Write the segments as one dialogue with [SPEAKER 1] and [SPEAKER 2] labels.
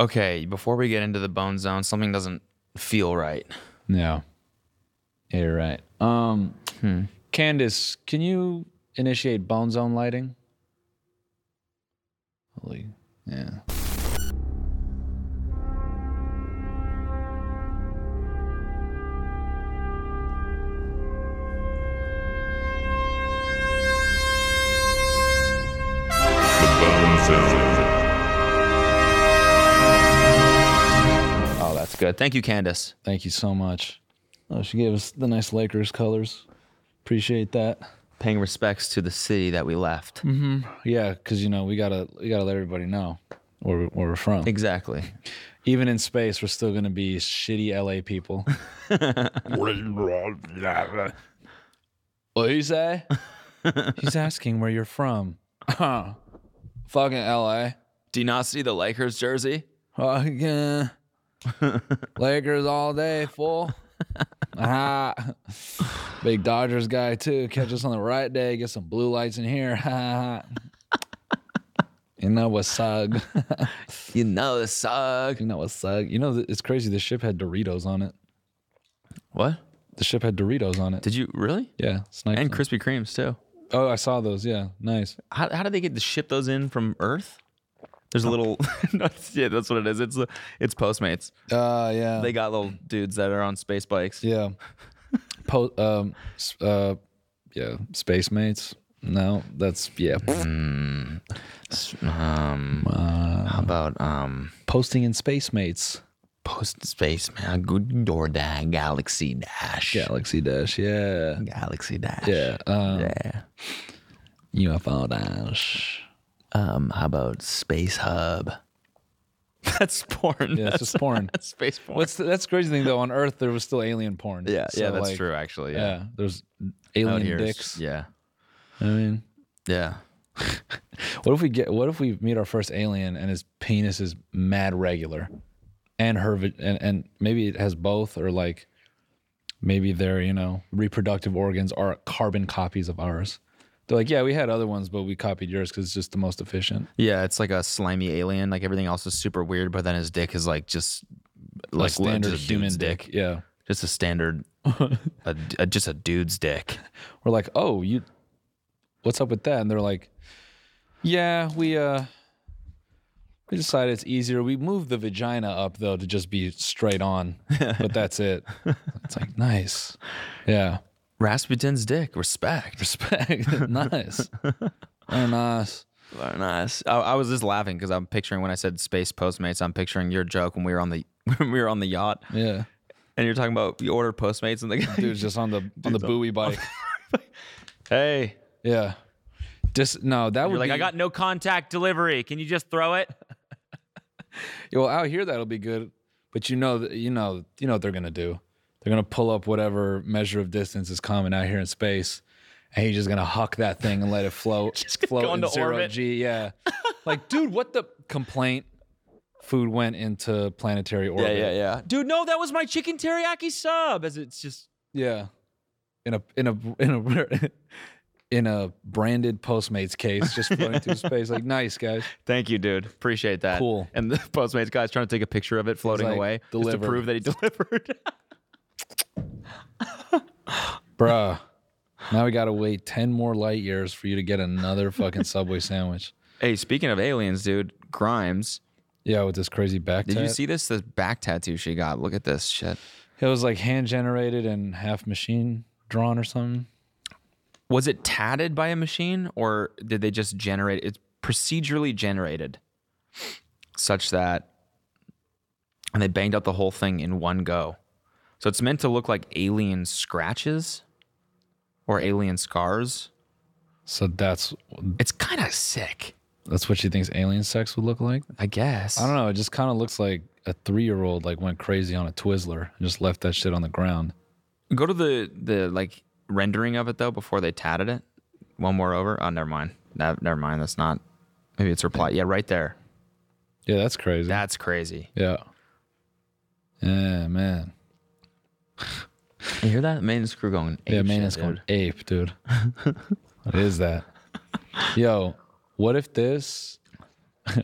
[SPEAKER 1] Okay, before we get into the bone zone, something doesn't feel right.
[SPEAKER 2] No. Yeah, you're right. Um, Candace, can you initiate bone zone lighting? Holy, yeah.
[SPEAKER 3] The Bone Zone.
[SPEAKER 1] Oh, that's good. Thank you, Candace.
[SPEAKER 2] Thank you so much. Oh, she gave us the nice Lakers colors. Appreciate that.
[SPEAKER 1] Paying respects to the city that we left.
[SPEAKER 2] Yeah, because you know we gotta we gotta let everybody know where we- where we're from.
[SPEAKER 1] Exactly.
[SPEAKER 2] Even in space, we're still gonna be shitty LA people. What do you say? He's asking where you're from. Huh. Fucking LA.
[SPEAKER 1] Do you not see the Lakers jersey?
[SPEAKER 2] Fucking Lakers all day, fool. Ah, big Dodgers guy too. Catch us on the right day. Get some blue lights in here. you know what sug?
[SPEAKER 1] You know the suck.
[SPEAKER 2] you know what sug? You know th- it's crazy. The ship had Doritos on it.
[SPEAKER 1] What?
[SPEAKER 2] The ship had Doritos on it.
[SPEAKER 1] Did you really?
[SPEAKER 2] yeah, snipe.
[SPEAKER 1] And Krispy Kremes too.
[SPEAKER 2] oh, I saw those. Yeah, nice.
[SPEAKER 1] How, how did they get to ship those in from Earth? There's a little. no, it's- yeah, that's what it is. It's the- it's Postmates.
[SPEAKER 2] Uh, yeah.
[SPEAKER 1] They got little dudes that are on space bikes.
[SPEAKER 2] Yeah. Po- um, s- uh, yeah, space mates. No, that's yeah.
[SPEAKER 1] Um, how about um,
[SPEAKER 2] Posting in space mates.
[SPEAKER 1] post space man? Good door dash, galaxy dash,
[SPEAKER 2] Galaxy Dash. Yeah.
[SPEAKER 1] galaxy dash.
[SPEAKER 2] Yeah. Um,
[SPEAKER 1] yeah.
[SPEAKER 2] UFO Dash.
[SPEAKER 1] Um, how about space hub? That's porn.
[SPEAKER 2] Yeah,
[SPEAKER 1] that's
[SPEAKER 2] it's just porn.
[SPEAKER 1] that's space porn.
[SPEAKER 2] What's the, that's the crazy thing though. On Earth, there was still alien porn.
[SPEAKER 1] yeah, yeah,
[SPEAKER 2] So,
[SPEAKER 1] that's
[SPEAKER 2] like,
[SPEAKER 1] true. Actually,
[SPEAKER 2] Yeah.
[SPEAKER 1] yeah.
[SPEAKER 2] there's
[SPEAKER 1] Out
[SPEAKER 2] alien
[SPEAKER 1] here is-
[SPEAKER 2] dicks.
[SPEAKER 1] Yeah,
[SPEAKER 2] I mean,
[SPEAKER 1] yeah.
[SPEAKER 2] what if we get? What if we meet our first alien and his penis is mad regular, and her vi- and and maybe it has both or like, maybe their you know reproductive organs are carbon copies of ours. They're like, yeah, we had other ones, but we copied yours because it's just the most efficient.
[SPEAKER 1] Yeah, it's like a slimy alien. Like everything else is super weird, but then his dick is like just like
[SPEAKER 2] a standard
[SPEAKER 1] just a
[SPEAKER 2] human
[SPEAKER 1] dude's
[SPEAKER 2] dick. Yeah.
[SPEAKER 1] just a standard, a, a- just a dude's dick.
[SPEAKER 2] We're like, oh, you, what's up with that? And they're like, yeah, we uh, we decided it's easier. We moved the vagina up though to just be straight on, but that's it. It's like nice, yeah,
[SPEAKER 1] Rasputin's dick. Respect.
[SPEAKER 2] respect, nice, Very nice.
[SPEAKER 1] Very nice. I, I was just laughing because I'm picturing when I said space postmates, I'm picturing your joke when we were on the when we were on the yacht,
[SPEAKER 2] Yeah,
[SPEAKER 1] and you're talking about you ordered postmates and the guy,
[SPEAKER 2] dude's just on the on the buoy bike.
[SPEAKER 1] hey,
[SPEAKER 2] Yeah, just no, that would
[SPEAKER 1] You're like,
[SPEAKER 2] be,
[SPEAKER 1] I got no contact delivery. Can you just throw it?
[SPEAKER 2] Well, out here that'll be good, but you know, that you know, you know what they're gonna do. They're gonna pull up whatever measure of distance is common out here in space, and he's just gonna huck that thing and let it float, float
[SPEAKER 1] go
[SPEAKER 2] in
[SPEAKER 1] into
[SPEAKER 2] zero
[SPEAKER 1] orbit.
[SPEAKER 2] g. Yeah, like, dude, what the complaint? Food went into planetary orbit.
[SPEAKER 1] yeah. Dude, no, that was my chicken teriyaki sub. As it's just
[SPEAKER 2] yeah. In a in a in a in a branded Postmates case, just floating through space. Like, nice guys.
[SPEAKER 1] Thank you, dude. Appreciate that.
[SPEAKER 2] Cool.
[SPEAKER 1] And the Postmates guy's trying to take a picture of it floating
[SPEAKER 2] like,
[SPEAKER 1] away just
[SPEAKER 2] "Delivered."
[SPEAKER 1] to prove that he delivered.
[SPEAKER 2] Bruh. Now we gotta wait ten more light years for you to get another fucking Subway sandwich.
[SPEAKER 1] hey, speaking of aliens, dude, Grimes.
[SPEAKER 2] Yeah, with this crazy back.
[SPEAKER 1] Did you
[SPEAKER 2] tat.
[SPEAKER 1] see this? This back tattoo she got. Look at this shit.
[SPEAKER 2] It was like hand generated and half machine drawn or something.
[SPEAKER 1] Was it tatted by a machine or did they just generate it's procedurally generated such that and they banged out the whole thing in one go. So it's meant to look like alien scratches or alien scars.
[SPEAKER 2] So that's
[SPEAKER 1] It's kind of sick,
[SPEAKER 2] that's what she thinks alien sex would look like.
[SPEAKER 1] I guess.
[SPEAKER 2] I don't know. It just kind of looks like a three year old like went crazy on a Twizzler and just left that shit on the ground.
[SPEAKER 1] Go to the the like rendering of it though before they tatted it. One more over. Oh, never mind. No, never mind. That's not. Maybe it's reply. Yeah, right there.
[SPEAKER 2] Yeah, that's crazy.
[SPEAKER 1] That's crazy.
[SPEAKER 2] yeah. Yeah, man.
[SPEAKER 1] You hear that? Maintenance crew going.
[SPEAKER 2] yeah,
[SPEAKER 1] ape
[SPEAKER 2] man,
[SPEAKER 1] shit,
[SPEAKER 2] it's going
[SPEAKER 1] dude.
[SPEAKER 2] ape, dude. what is that? Yo, what if this?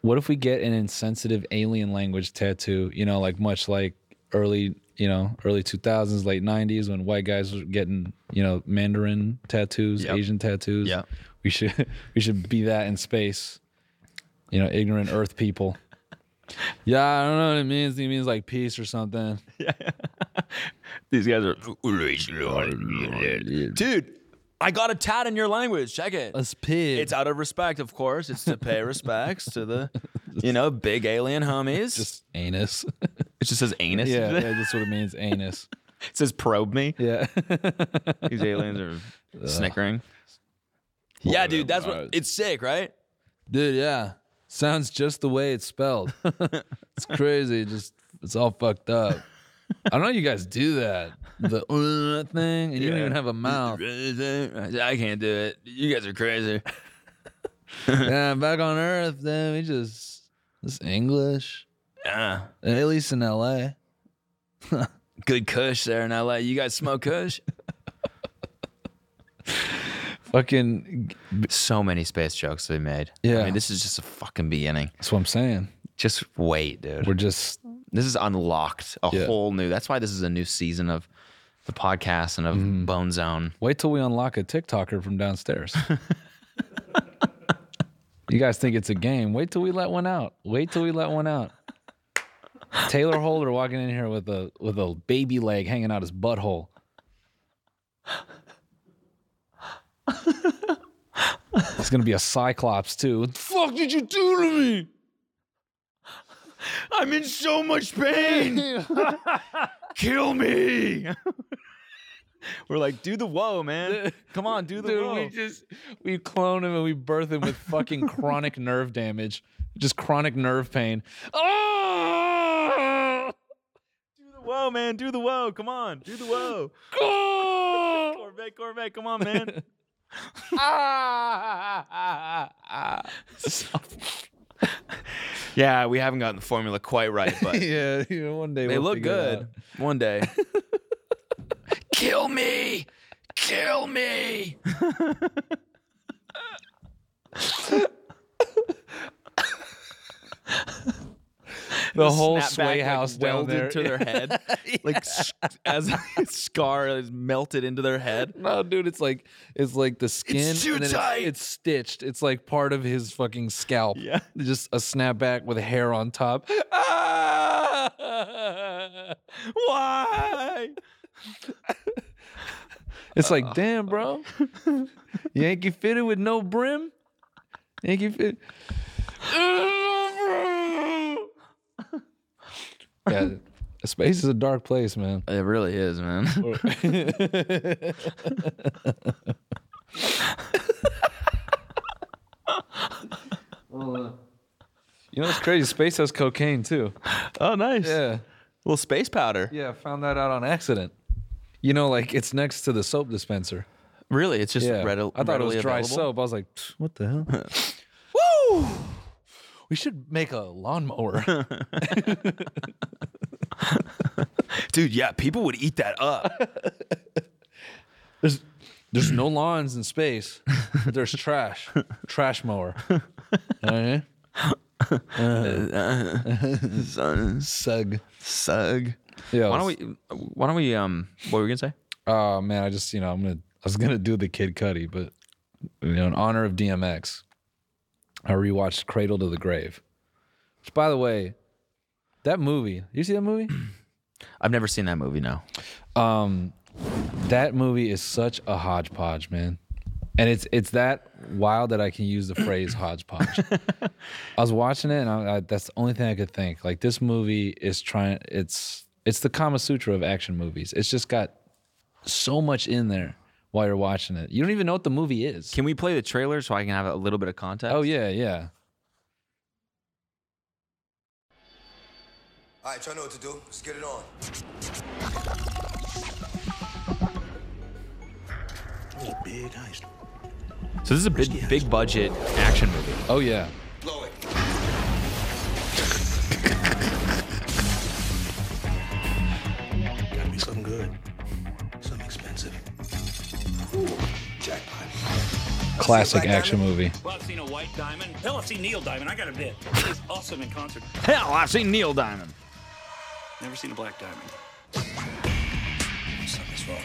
[SPEAKER 2] What if we get an insensitive alien language tattoo? You know, like much like early, you know, early two thousands, late nineties, when white guys were getting, you know, Mandarin tattoos,
[SPEAKER 1] Yep.
[SPEAKER 2] Asian tattoos.
[SPEAKER 1] Yep.
[SPEAKER 2] we should we should be that in space. You know, ignorant Earth people. Yeah, I don't know what it means. It means like peace or something.
[SPEAKER 1] These guys are dude. I got a tat in your language. Check it.
[SPEAKER 2] Us pig.
[SPEAKER 1] It's out of respect, of course. It's to pay respects to the, you know, big alien homies.
[SPEAKER 2] just anus.
[SPEAKER 1] it just says anus.
[SPEAKER 2] yeah, yeah, that's what it means. Anus.
[SPEAKER 1] It says probe me.
[SPEAKER 2] Yeah.
[SPEAKER 1] These aliens are snickering. Yeah, dude, that's what it's sick, right?
[SPEAKER 2] Dude, yeah. Sounds just the way it's spelled. it's crazy. Just it's all fucked up. I don't know you guys do that. The uh, thing, and you don't
[SPEAKER 1] Yeah.
[SPEAKER 2] even have a mouth.
[SPEAKER 1] I can't do it. You guys are crazy.
[SPEAKER 2] yeah, back on Earth, then we just this English.
[SPEAKER 1] Yeah.
[SPEAKER 2] At least in LA.
[SPEAKER 1] Ah, Good Kush there in LA. You guys smoke Kush?
[SPEAKER 2] Fucking
[SPEAKER 1] so many space jokes they made.
[SPEAKER 2] Yeah.
[SPEAKER 1] I mean, this is just a fucking beginning.
[SPEAKER 2] That's what I'm saying.
[SPEAKER 1] Just wait, dude.
[SPEAKER 2] We're just
[SPEAKER 1] this is unlocked a
[SPEAKER 2] Yeah.
[SPEAKER 1] whole new. That's why this is a new season of the podcast and of Bone Zone.
[SPEAKER 2] wait till we unlock a TikToker from downstairs. you guys think it's a game. Wait till we let one out. Wait till we let one out. Taylor Holder walking in here with a with a baby leg hanging out his butthole. It's gonna be a cyclops too. What the fuck did you do to me?
[SPEAKER 1] I'm in so much pain. Kill me. We're like, do the whoa, man. Come on, do the
[SPEAKER 2] Dude,
[SPEAKER 1] whoa.
[SPEAKER 2] we just we clone him and we birth him with fucking chronic nerve damage, just chronic nerve pain. Oh!
[SPEAKER 1] do the whoa, man. Do the whoa. Come on, do the whoa. Corvette, Corvette, come on, man. Ah! yeah, we haven't gotten the formula quite right, but
[SPEAKER 2] yeah, you know, one day
[SPEAKER 1] They
[SPEAKER 2] we'll
[SPEAKER 1] look
[SPEAKER 2] figure it
[SPEAKER 1] good. One day. Kill me. Kill me.
[SPEAKER 2] out. The whole sway house down
[SPEAKER 1] welded
[SPEAKER 2] there.
[SPEAKER 1] to their head, like s- as a scar is melted into their head.
[SPEAKER 2] no, dude, it's like it's like the skin.
[SPEAKER 1] too
[SPEAKER 2] and then
[SPEAKER 1] tight.
[SPEAKER 2] It's, it's stitched. It's like part of his fucking scalp.
[SPEAKER 1] Yeah.
[SPEAKER 2] just a snapback with hair on top.
[SPEAKER 1] Ah, why?
[SPEAKER 2] It's like, damn, bro. Yankee fitted with no brim. Yankee fit. yeah, space is a dark place, man.
[SPEAKER 1] It really is, man.
[SPEAKER 2] You know, it's crazy. Space has cocaine too.
[SPEAKER 1] Oh, nice.
[SPEAKER 2] Yeah,
[SPEAKER 1] Little space powder.
[SPEAKER 2] yeah. Found that out on accident. You know, like it's next to the soap dispenser.
[SPEAKER 1] Really, it's just
[SPEAKER 2] Yeah,
[SPEAKER 1] readil-
[SPEAKER 2] I thought it was
[SPEAKER 1] readily
[SPEAKER 2] dry
[SPEAKER 1] available?
[SPEAKER 2] soap. I was like, "Pfft, what the hell? Woo! We should make a lawnmower.
[SPEAKER 1] Dude, yeah, people would eat that up.
[SPEAKER 2] There's there's no lawns in space. But there's trash. trash mower. Okay. Sug.
[SPEAKER 1] Sug.
[SPEAKER 2] Yeah.
[SPEAKER 1] Why
[SPEAKER 2] let's-
[SPEAKER 1] don't we? Why don't we? Um, what were we gonna say?
[SPEAKER 2] Oh man, I just you know I'm gonna I was gonna do the Kid Cudi, but you know in honor of DMX, I rewatched Cradle to the Grave. Which, by the way, that movie. You see that movie?
[SPEAKER 1] I've never seen that movie. No.
[SPEAKER 2] Um, that movie is such a hodgepodge, man. And it's it's that wild that I can use the phrase hodgepodge. I was watching it, and I, I, that's the only thing I could think. Like this movie is trying. It's it's the Kama Sutra of action movies. It's just got so much in there while you're watching it. You don't even know what the movie is.
[SPEAKER 1] Can we play the trailer so I can have a little bit of context?
[SPEAKER 2] oh yeah, yeah.
[SPEAKER 4] All right, y'all know what to do. Let's get it on.
[SPEAKER 5] Big heist.
[SPEAKER 1] So this is a big, big budget action movie.
[SPEAKER 2] Oh yeah.
[SPEAKER 4] Blow it.
[SPEAKER 5] Gotta be something good. Something expensive.
[SPEAKER 2] Classic action movie.
[SPEAKER 6] Well, I've seen a White Diamond. Hell, I've seen Neil Diamond. I got to admit, he's awesome in concert.
[SPEAKER 1] Hell, I've seen Neil Diamond.
[SPEAKER 6] Never seen a Black Diamond.
[SPEAKER 5] Something's wrong.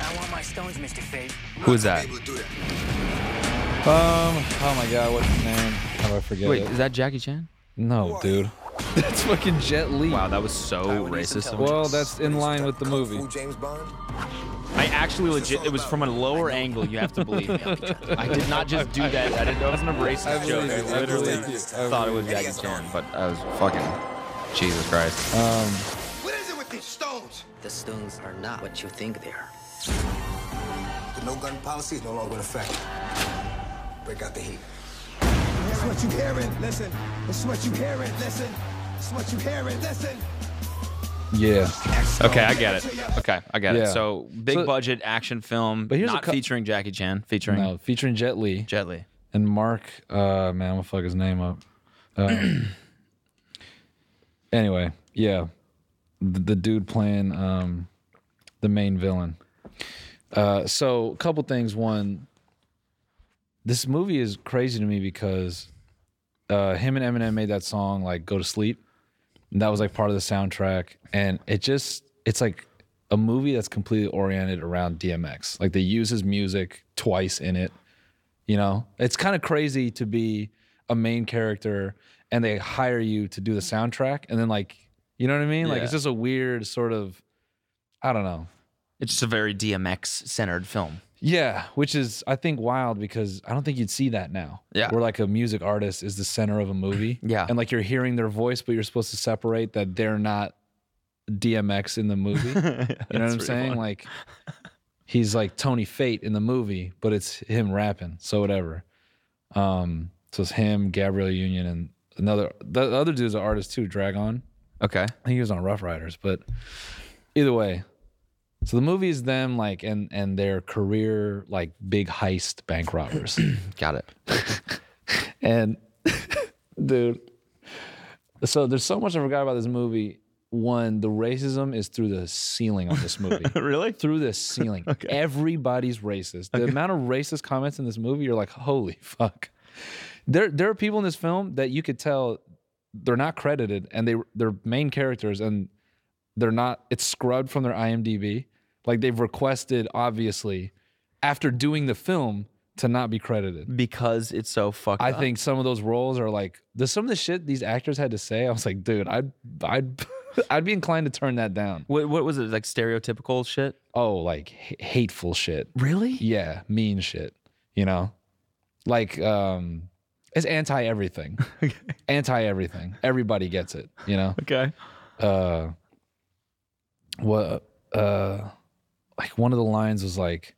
[SPEAKER 7] I want my stones, Mr. Fate.
[SPEAKER 1] Who is that?
[SPEAKER 5] Able to do that.
[SPEAKER 2] Um. Oh my God. What's his name? How do I forget
[SPEAKER 1] Wait,
[SPEAKER 2] it?
[SPEAKER 1] is that Jackie Chan?
[SPEAKER 2] No, dude. That's fucking Jet Li.
[SPEAKER 1] Wow, that was so racist. of me.
[SPEAKER 2] Well, that's in line with the
[SPEAKER 5] Kung
[SPEAKER 2] movie.
[SPEAKER 5] Fu James Bond?
[SPEAKER 1] I actually legit, it was from a lower angle, you have to believe me. I did not just do that. I didn't, that wasn't a racist
[SPEAKER 2] I
[SPEAKER 1] joke.
[SPEAKER 2] believe
[SPEAKER 1] I
[SPEAKER 2] you. I
[SPEAKER 1] literally
[SPEAKER 2] believe you. I
[SPEAKER 1] thought it was Jackie Chan, but I was fucking. Jesus Christ.
[SPEAKER 2] Um,
[SPEAKER 5] What is it with these stones?
[SPEAKER 7] The stones are not what you think they are.
[SPEAKER 5] The no gun policy is no longer in effect. Break out the heat. That's what you hearing. Listen. That's what you hearing. Listen. That's what you hearing. Listen.
[SPEAKER 2] Yeah.
[SPEAKER 1] Okay, I get it. Okay, I get it.
[SPEAKER 2] Yeah.
[SPEAKER 1] So big
[SPEAKER 2] So-
[SPEAKER 1] budget action film,
[SPEAKER 2] But here's a
[SPEAKER 1] not
[SPEAKER 2] cou-
[SPEAKER 1] featuring Jackie Chan, featuring
[SPEAKER 2] No, featuring Jet Li
[SPEAKER 1] Jet Li.
[SPEAKER 2] and Mark. Uh, man, I'm gonna fuck his name up. Um, anyway, yeah, the, the dude playing um, the main villain. Uh, so, a couple things. One, this movie is crazy to me because uh, him and Eminem made that song like "Go to Sleep." And that was like part of the soundtrack, and it just it's like a movie that's completely oriented around DMX. Like they use his music twice in it. You know, it's kind of crazy to be a main character and they hire you to do the soundtrack, and then like you know what I mean? Like
[SPEAKER 1] Yeah.
[SPEAKER 2] it's just a weird sort of I don't know.
[SPEAKER 1] It's just a very DMX centered film.
[SPEAKER 2] Yeah, which is I think wild because I don't think you'd see that now.
[SPEAKER 1] Yeah.
[SPEAKER 2] where like a music artist is the center of a movie.
[SPEAKER 1] Yeah.
[SPEAKER 2] and like you're hearing their voice, but you're supposed to separate that they're not DMX in the movie. you know what I'm saying? Like he's like Tony Fate in the movie, but it's him rapping. So whatever. Um, so it's him, Gabriel Union, and another the other dude's an artist too, Dragon.
[SPEAKER 1] Okay.
[SPEAKER 2] I think he was on Rough Riders, but either way. So the movie is them like and and their career like big heist bank robbers.
[SPEAKER 1] Got it.
[SPEAKER 2] and dude, so there's so much I forgot about this movie. One, the racism is through the ceiling on this movie.
[SPEAKER 1] Really?
[SPEAKER 2] Through the ceiling. Everybody's racist. The amount of racist comments in this movie, you're like, holy fuck. There there are people in this film that you could tell they're not credited and they they're main characters and they're not it's scrubbed from their IMDb. Like they've requested, obviously, after doing the film to not be credited.
[SPEAKER 1] Because it's so fucked
[SPEAKER 2] I
[SPEAKER 1] up.
[SPEAKER 2] think some of those roles are like the some of the shit these actors had to say. I was like, dude, I'd I'd I'd be inclined to turn that down.
[SPEAKER 1] What, what was it? Like stereotypical shit?
[SPEAKER 2] Oh, like h- hateful shit.
[SPEAKER 1] Really?
[SPEAKER 2] Yeah, mean shit. You know, like um, it's anti everything. Anti everything. Everybody gets it. You know.
[SPEAKER 1] Okay.
[SPEAKER 2] uh what uh like one of the lines was like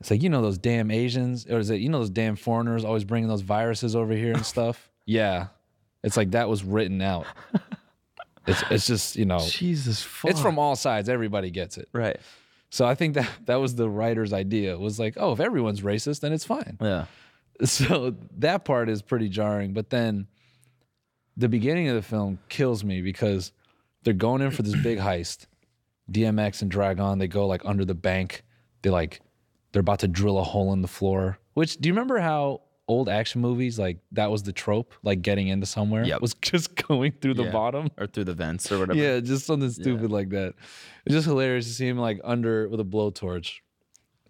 [SPEAKER 2] it's like you know those damn asians or is it you know those damn foreigners always bringing those viruses over here and stuff yeah it's like that was written out it's it's just you know
[SPEAKER 1] Jesus fuck.
[SPEAKER 2] it's from all sides everybody gets it
[SPEAKER 1] Right.
[SPEAKER 2] so i think that that was the writer's idea was like oh if everyone's racist then it's fine
[SPEAKER 1] Yeah.
[SPEAKER 2] so that part is pretty jarring. But then the beginning of the film kills me because they're going in for this big heist. DMX and Dragon, they go like under the bank. They like they're about to drill a hole in the floor. Which do you remember how old action movies like that was the trope, like getting into somewhere?
[SPEAKER 1] Yep.
[SPEAKER 2] Was just going through the
[SPEAKER 1] Yeah.
[SPEAKER 2] bottom.
[SPEAKER 1] Or through the vents or whatever.
[SPEAKER 2] Yeah, just something stupid like that. It's just hilarious to see him like under with a blowtorch,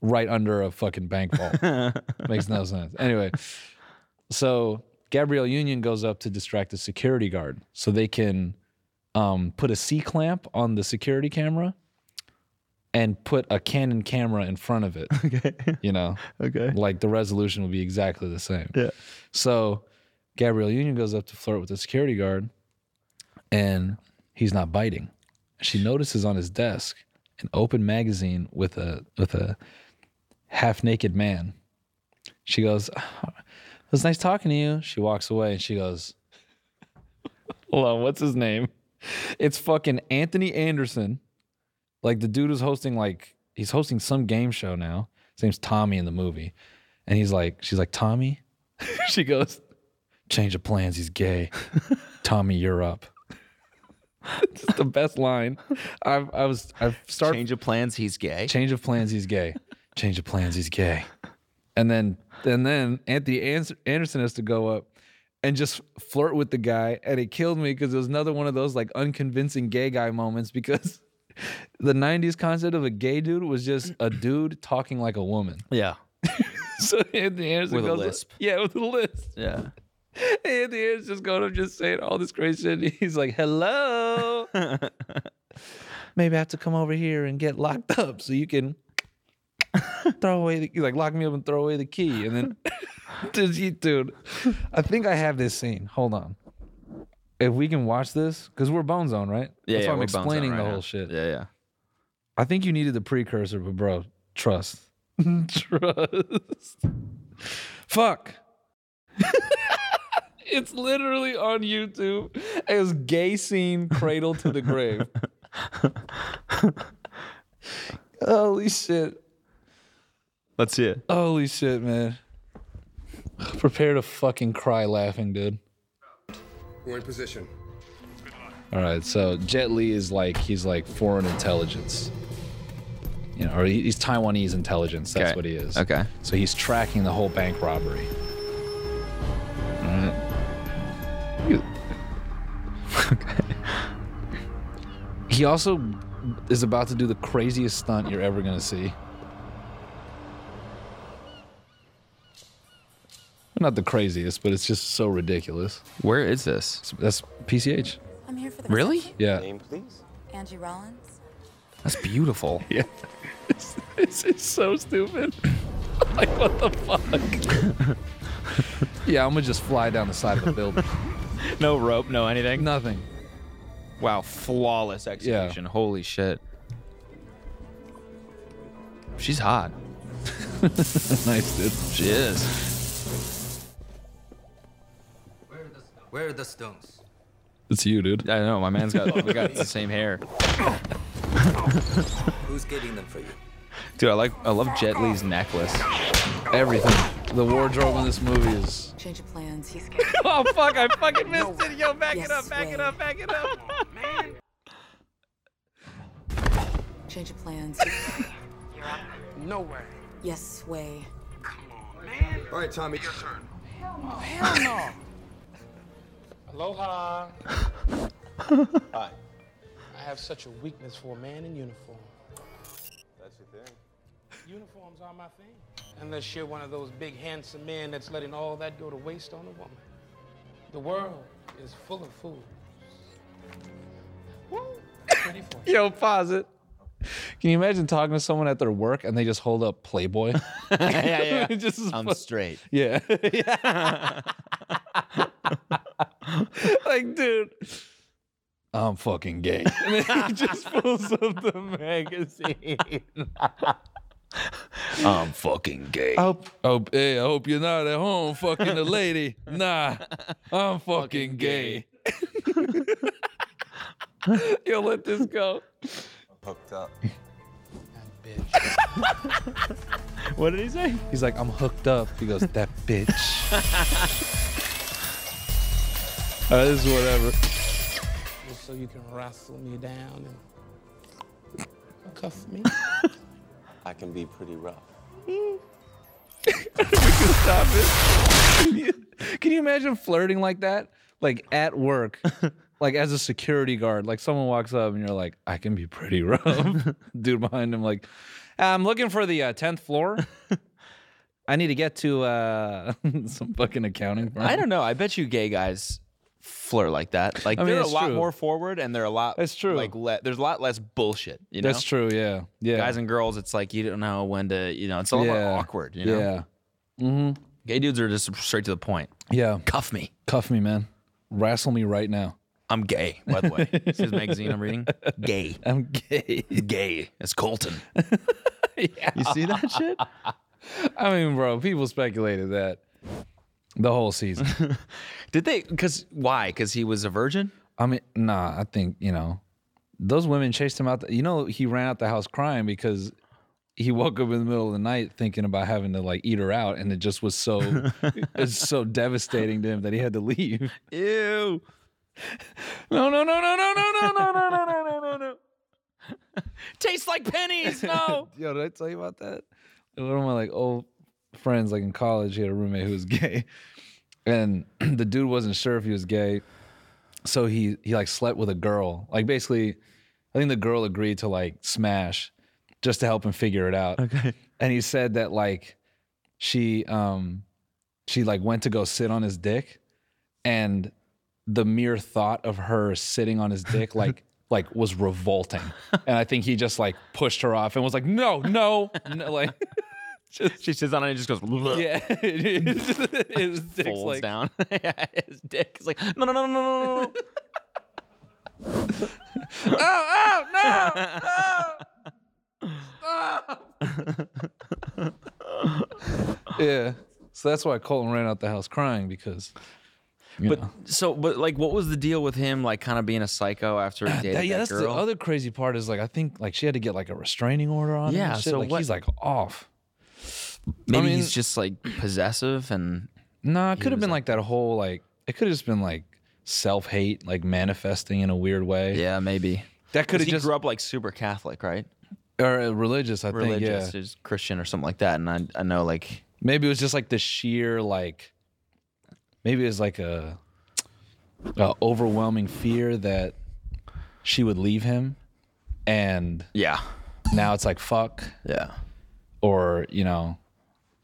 [SPEAKER 2] right under a fucking bank vault. Makes no sense. Anyway, so Gabrielle Union goes up to distract the security guard so they can um, put a C clamp on the security camera and put a Canon camera in front of it. Okay. You know.
[SPEAKER 1] Okay.
[SPEAKER 2] Like the resolution will be exactly the same.
[SPEAKER 1] Yeah.
[SPEAKER 2] So Gabrielle Union goes up to flirt with the security guard and he's not biting. She notices on his desk an open magazine with a with a half naked man. She goes, "Ah, It was nice talking to you. She walks away and she goes, Hold on, what's his name? It's fucking Anthony Anderson. Like the dude who's hosting like he's hosting some game show now. His name's Tommy in the movie. And he's like, she's like, Tommy? she goes, change of plans, he's gay. Tommy, you're up. It's the best line. I've I was I've started
[SPEAKER 1] Change of plans, he's gay.
[SPEAKER 2] change of plans he's gay change of plans he's gay and then And then Anthony Ans- Anderson has to go up and just flirt with the guy. And it killed me because it was another one of those like unconvincing gay guy moments because the 90s concept of a gay dude was just a dude talking like a woman.
[SPEAKER 1] Yeah.
[SPEAKER 2] So Anthony Anderson
[SPEAKER 1] With a
[SPEAKER 2] goes up-
[SPEAKER 1] lisp.
[SPEAKER 2] yeah, with a lisp.
[SPEAKER 1] Yeah.
[SPEAKER 2] Anthony Anderson's just going up just saying all this crazy shit. and He's like, hello. Maybe I have to come over here and get locked up so you can throw away the he's like lock me up and throw away the key. And then Dude, you- dude. I think I have this scene. Hold on. If we can watch this, because we're Bone Zone, right?
[SPEAKER 1] Yeah.
[SPEAKER 2] That's
[SPEAKER 1] yeah,
[SPEAKER 2] why I'm
[SPEAKER 1] we're bouncing
[SPEAKER 2] explaining
[SPEAKER 1] right
[SPEAKER 2] the
[SPEAKER 1] now.
[SPEAKER 2] whole shit.
[SPEAKER 1] Yeah. Yeah.
[SPEAKER 2] I think you needed the precursor, but bro, trust. trust. Fuck. it's literally on YouTube as gay scene cradle to the grave. Holy shit.
[SPEAKER 1] Let's see it.
[SPEAKER 2] Holy shit, man. Prepare to fucking cry laughing, dude.
[SPEAKER 5] We're in position.
[SPEAKER 2] All right, so Jet Li is like he's like foreign intelligence, you know, or he- he's Taiwanese intelligence. That's
[SPEAKER 1] Okay.
[SPEAKER 2] what he is.
[SPEAKER 1] Okay.
[SPEAKER 2] So he's tracking the whole bank robbery. All right. He also is about to do the craziest stunt you're ever gonna see. Not the craziest, but it's just so ridiculous.
[SPEAKER 1] Where is this?
[SPEAKER 2] That's PCH.
[SPEAKER 8] I'm here for the
[SPEAKER 1] Really?
[SPEAKER 2] Yeah.
[SPEAKER 8] Angie Rollins.
[SPEAKER 1] That's beautiful.
[SPEAKER 2] Yeah. It's, it's, it's so stupid. like, what the fuck? yeah, I'm gonna just fly down the side of the building.
[SPEAKER 1] no rope, no anything.
[SPEAKER 2] Nothing.
[SPEAKER 1] Wow, flawless execution. Holy shit. She's hot.
[SPEAKER 2] nice, dude.
[SPEAKER 1] She is.
[SPEAKER 7] Where are the stones?
[SPEAKER 2] It's you, dude.
[SPEAKER 1] I know. My man's got we got the same hair,
[SPEAKER 7] Who's getting them for you?
[SPEAKER 1] dude. I like I love Jet Li's necklace.
[SPEAKER 2] Everything. The wardrobe in this movie is.
[SPEAKER 8] Change of plans. He's scared.
[SPEAKER 2] Oh, fuck, I fucking missed it. Yo, back
[SPEAKER 8] it up, back it up,
[SPEAKER 2] back it up.
[SPEAKER 8] Change of plans.
[SPEAKER 7] No way.
[SPEAKER 8] yes way.
[SPEAKER 5] All right, Tommy. Your turn.
[SPEAKER 9] Aloha. Hi. I have such a weakness for a man in uniform. That's your thing. Uniforms are my thing. Unless you're one of those big, handsome men that's letting all that go to waste on a woman. The world is full of fools. Woo! Pretty for you.
[SPEAKER 2] Yo, pause it. Can you imagine talking to someone at their work and they just hold up Playboy?
[SPEAKER 1] yeah,
[SPEAKER 2] It just is fu-
[SPEAKER 1] straight.
[SPEAKER 2] Yeah. like, dude. I'm fucking gay. And then he just pulls up the magazine.
[SPEAKER 1] I'm fucking gay.
[SPEAKER 2] I hope, oh, hey, I hope you're not at home fucking the lady. Nah, I'm fucking, gay. Yo, let this go.
[SPEAKER 5] Hooked up.
[SPEAKER 9] Bitch.
[SPEAKER 1] What did he say?
[SPEAKER 2] He's like, I'm hooked up. He goes, that bitch. Uh, this is whatever.
[SPEAKER 9] Just so you can wrestle me down and cuff me.
[SPEAKER 10] I can be pretty rough.
[SPEAKER 2] Stop it. Can you, can you imagine flirting like that? Like at work, like as a security guard, like someone walks up and you're like, I can be pretty rough. Dude behind him, like, I'm looking for the uh, 10th floor. I need to get to uh, some fucking accounting firm.
[SPEAKER 1] I don't know. I bet you gay guys flirt like that. Like
[SPEAKER 2] I mean,
[SPEAKER 1] they're a
[SPEAKER 2] it's
[SPEAKER 1] lot
[SPEAKER 2] true.
[SPEAKER 1] more forward and they're a lot.
[SPEAKER 2] That's true.
[SPEAKER 1] Like le- there's a lot less bullshit. You know.
[SPEAKER 2] That's true. Yeah. Yeah.
[SPEAKER 1] Guys and girls, it's like you don't know when to. You know, it's a lot more
[SPEAKER 2] Yeah.
[SPEAKER 1] awkward. You know.
[SPEAKER 2] Yeah.
[SPEAKER 1] Gay dudes are just straight to the point.
[SPEAKER 2] Yeah.
[SPEAKER 1] Cuff me.
[SPEAKER 2] Cuff me, man. Wrestle me right now.
[SPEAKER 1] I'm gay, by the way. See this magazine I'm reading? Gay.
[SPEAKER 2] I'm gay.
[SPEAKER 1] Gay. It's Colton. You see that shit?
[SPEAKER 2] I mean, bro, people speculated that the whole season.
[SPEAKER 1] Did they? Because why? Because he was a virgin?
[SPEAKER 2] I mean, nah, I think, you know, those women chased him out. The, you know, he ran out the house crying because he woke up in the middle of the night thinking about having to like eat her out. And it just was so, it's so devastating to him that he had to leave.
[SPEAKER 1] Ew.
[SPEAKER 2] No, no, no, no, no, no, no, no, no, no, no, no, no, no.
[SPEAKER 1] Tastes like pennies. No.
[SPEAKER 2] Yo, did I tell you about that? One of my like old friends, like in college, he had a roommate who was gay, and the dude wasn't sure if he was gay, so he he like slept with a girl. Like basically, I think the girl agreed to like smash, just to help him figure it out. Okay. And he said that like she um she like went to go sit on his dick, and the mere thought of her sitting on his dick like like was revolting and i think he just like pushed her off and was like no no, no like
[SPEAKER 1] She sits on it and just goes,
[SPEAKER 2] yeah his dick's
[SPEAKER 1] folds
[SPEAKER 2] like
[SPEAKER 1] down. yeah, his dick is like, no, no, no, no, no, no.
[SPEAKER 2] yeah so that's why colton ran out the house crying because you know.
[SPEAKER 1] so, but like, what was the deal with him, like, kind of being a psycho after he dated
[SPEAKER 2] That- yeah
[SPEAKER 1] Uh, that
[SPEAKER 2] that's
[SPEAKER 1] girl?
[SPEAKER 2] the other crazy part is like i think like she had to get like a restraining order on him
[SPEAKER 1] Yeah,
[SPEAKER 2] and shit.
[SPEAKER 1] so
[SPEAKER 2] like
[SPEAKER 1] what-
[SPEAKER 2] he's like off
[SPEAKER 1] Maybe
[SPEAKER 2] mean-
[SPEAKER 1] he's just like possessive and
[SPEAKER 2] Nah, it could have
[SPEAKER 1] was
[SPEAKER 2] been like that whole like it could have just been like self hate like manifesting in a weird way.
[SPEAKER 1] yeah, maybe.
[SPEAKER 2] that could
[SPEAKER 1] Because
[SPEAKER 2] have
[SPEAKER 1] he
[SPEAKER 2] just
[SPEAKER 1] grew up like super Catholic, right?
[SPEAKER 2] or uh, religious. I
[SPEAKER 1] Religious,
[SPEAKER 2] think yeah.
[SPEAKER 1] just Christian or something like that. And I, I know, like,
[SPEAKER 2] Maybe it was just like the sheer like maybe it was like a, a overwhelming fear that she would leave him, and
[SPEAKER 1] yeah,
[SPEAKER 2] now it's like fuck
[SPEAKER 1] yeah,
[SPEAKER 2] or you know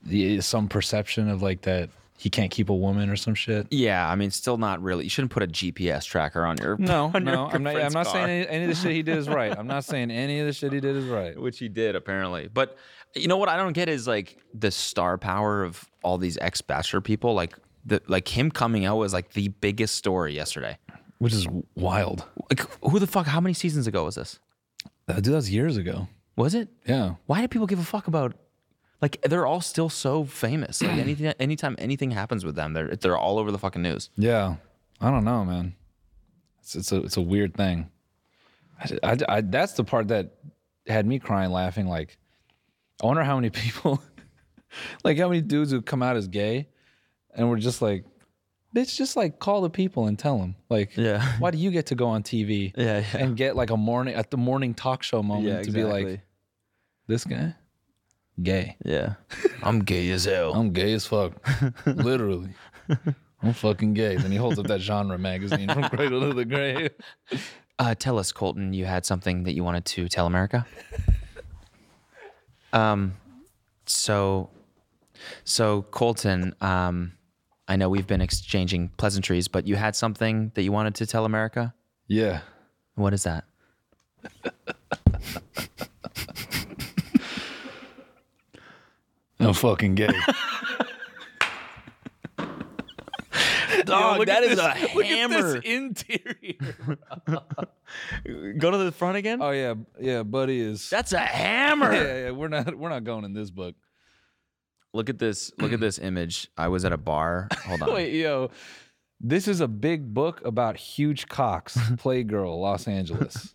[SPEAKER 2] the, some perception of like that he can't keep a woman or some shit.
[SPEAKER 1] yeah. I mean, still not really. You shouldn't put a GPS tracker on your
[SPEAKER 2] No,
[SPEAKER 1] on your
[SPEAKER 2] no, I'm not. I'm
[SPEAKER 1] girlfriend's
[SPEAKER 2] not
[SPEAKER 1] car.
[SPEAKER 2] saying any, any of the shit he did is right. I'm not saying any of the shit he did is right.
[SPEAKER 1] which he did apparently. But you know what I don't get is like the star power of all these ex Bachelor people. Like the like him coming out was like the biggest story yesterday.
[SPEAKER 2] Which is wild.
[SPEAKER 1] Like who the fuck? How many seasons ago was this?
[SPEAKER 2] Uh, dude, that was years ago.
[SPEAKER 1] Was it?
[SPEAKER 2] Yeah.
[SPEAKER 1] Why do people give a fuck about? Like they're all still so famous. Like anything, anytime anything happens with them, they're they're all over the fucking news.
[SPEAKER 2] Yeah. I don't know, man. It's it's a it's a weird thing. I, I, I- that's the part that had me crying, laughing. Like, I wonder how many people, like, how many dudes who come out as gay, and we're just like, bitch, just like call the people and tell them, like,
[SPEAKER 1] Yeah.
[SPEAKER 2] why do you get to go on TV,
[SPEAKER 1] Yeah, yeah.
[SPEAKER 2] and get like a morning at the morning talk show moment to be like, this guy, gay.
[SPEAKER 1] yeah, I'm gay as hell.
[SPEAKER 2] I'm gay as fuck. Literally. I'm fucking gay. Then he holds up that genre magazine from cradle to the grave.
[SPEAKER 1] Uh, tell us, Colton, you had something that you wanted to tell America. um, so, so Colton, um, I know we've been exchanging pleasantries, but you had something that you wanted to tell America.
[SPEAKER 2] Yeah.
[SPEAKER 1] What is that?
[SPEAKER 2] I'm fucking gay.
[SPEAKER 1] Dog, that is a
[SPEAKER 2] interior.
[SPEAKER 1] Go to the front again.
[SPEAKER 2] Oh yeah, yeah, buddy is
[SPEAKER 1] That's a hammer.
[SPEAKER 2] yeah, yeah, we're not we're not going in this book.
[SPEAKER 1] Look at this. Look at this image. I was at a bar. Hold on.
[SPEAKER 2] Wait, yo. This is a big book about huge cocks, Playgirl, Los Angeles.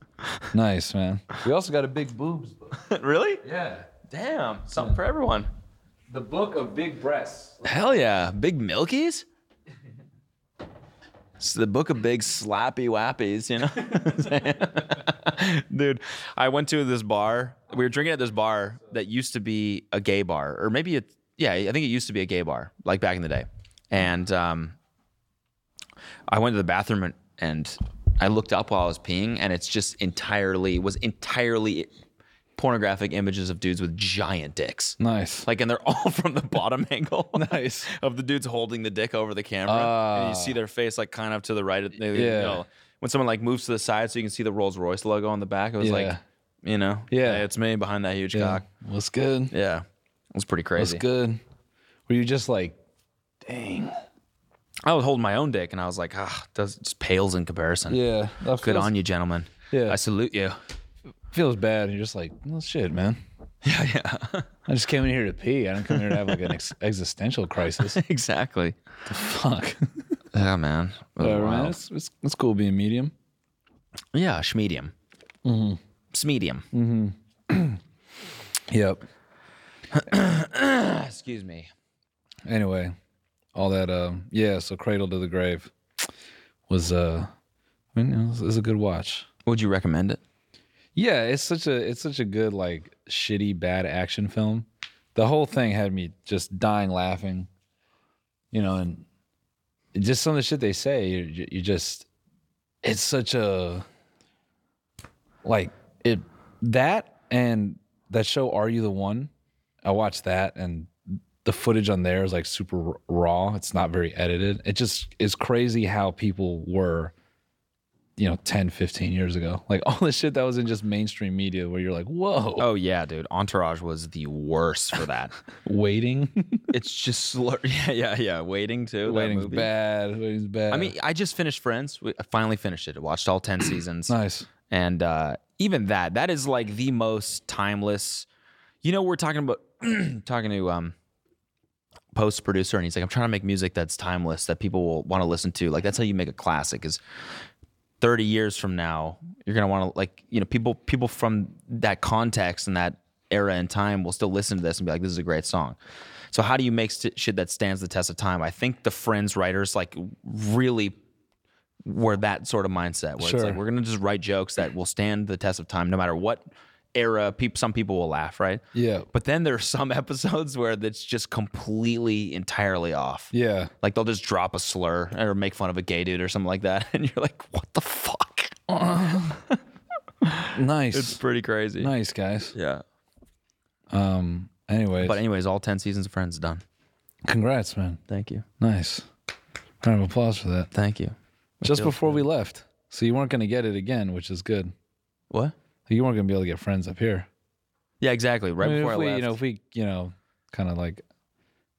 [SPEAKER 2] nice, man. We also got a big boobs book.
[SPEAKER 1] really?
[SPEAKER 2] Yeah.
[SPEAKER 1] Damn. Something for everyone.
[SPEAKER 2] The book of big breasts.
[SPEAKER 1] Hell yeah. Big Milkies? It's the book of big slappy wappies, you know? Dude, I went to this bar. We were drinking at this bar that used to be a gay bar, or maybe it, yeah, I think it used to be a gay bar, like back in the day. And um, I went to the bathroom and, and I looked up while I was peeing, and it's just entirely, was entirely pornographic images of dudes with giant dicks.
[SPEAKER 2] Nice.
[SPEAKER 1] Like, and they're all from the bottom angle.
[SPEAKER 2] Nice. Ah.
[SPEAKER 1] Of the dudes holding the dick over the camera. and you see their face, like, kind of to the right. Of, you
[SPEAKER 2] Yeah.
[SPEAKER 1] know, when someone, like, moves to the side so you can see the Rolls Royce logo on the back, it was like,
[SPEAKER 2] Yeah.
[SPEAKER 1] you know,
[SPEAKER 2] Yeah.
[SPEAKER 1] "Hey, it's me behind that huge cock.
[SPEAKER 2] What's good?
[SPEAKER 1] Yeah. It was pretty
[SPEAKER 2] What's
[SPEAKER 1] crazy.
[SPEAKER 2] good? Were you just like
[SPEAKER 1] I was holding my own dick and I was like, ah, does just pales in comparison.
[SPEAKER 2] Yeah, that
[SPEAKER 1] Good
[SPEAKER 2] feels,
[SPEAKER 1] on you, gentlemen.
[SPEAKER 2] Yeah.
[SPEAKER 1] I salute you.
[SPEAKER 2] Feels bad. You're just like, well, shit, man.
[SPEAKER 1] Yeah, yeah.
[SPEAKER 2] I just came in here to pee. I didn't come here to have like an ex- existential crisis.
[SPEAKER 1] exactly.
[SPEAKER 2] Fuck.
[SPEAKER 1] Yeah, man. It was
[SPEAKER 2] Whatever, man.
[SPEAKER 1] wild.
[SPEAKER 2] It's, it's, it's cool being medium.
[SPEAKER 1] Yeah, schmedium. Mm-hmm. Smedium.
[SPEAKER 2] Mm. Yep.
[SPEAKER 1] Excuse me.
[SPEAKER 2] Anyway, all that. Um, yeah. So Cradle to the Grave was. Uh, I mean, it was, it was a good watch.
[SPEAKER 1] Would you recommend it?
[SPEAKER 2] Yeah, it's such a it's such a good like shitty bad action film the whole thing had me just dying laughing, you know, and just some of the shit they say, you, you just, it's such a, like it, that and that show, Are You the One? I watched that and the footage on there is like super r- raw. It's not very edited. It just is crazy how people were, you know, 10, 15 years ago. Like all the shit that was in just mainstream media where you're like, whoa,
[SPEAKER 1] Oh yeah, dude. Entourage was the worst for that.
[SPEAKER 2] waiting.
[SPEAKER 1] it's just slur. Yeah, yeah, yeah. Waiting too. that
[SPEAKER 2] Waiting's
[SPEAKER 1] movie.
[SPEAKER 2] bad. Waiting's bad.
[SPEAKER 1] I mean, I just finished Friends. We- I finally finished it. I watched all ten seasons.
[SPEAKER 2] nice.
[SPEAKER 1] And uh, even that, that is like the most timeless. You know, we're talking about talking to um post producer, and he's like, I'm trying to make music that's timeless that people will want to listen to. Like that's how you make a classic. Is 30 years from now, you're gonna want to like you know people people from that context and that era and time will still listen to this and be like, this is a great song. So how do you make st- shit that stands the test of time? I think the Friends writers like really were that sort of mindset where it's
[SPEAKER 2] Sure.
[SPEAKER 1] like we're gonna just write jokes that will stand the test of time no matter what era peop some people will laugh right
[SPEAKER 2] Yeah.
[SPEAKER 1] but then there are some episodes where that's just completely entirely off
[SPEAKER 2] Yeah.
[SPEAKER 1] like they'll just drop a slur or make fun of a gay dude or something like that and you're like what the fuck
[SPEAKER 2] Nice.
[SPEAKER 1] it's pretty crazy
[SPEAKER 2] nice, guys.
[SPEAKER 1] yeah
[SPEAKER 2] Um. Anyways,
[SPEAKER 1] but anyways all 10 seasons of friends done
[SPEAKER 2] congrats, man.
[SPEAKER 1] thank you
[SPEAKER 2] Nice. Round of applause for that.
[SPEAKER 1] thank you
[SPEAKER 2] Just before we left, so you weren't going to get it again, which is good.
[SPEAKER 1] what
[SPEAKER 2] You weren't going to be able to get friends up here.
[SPEAKER 1] yeah exactly right
[SPEAKER 2] I mean,
[SPEAKER 1] before
[SPEAKER 2] if
[SPEAKER 1] i
[SPEAKER 2] we,
[SPEAKER 1] left
[SPEAKER 2] you know, if we, you know, kind of like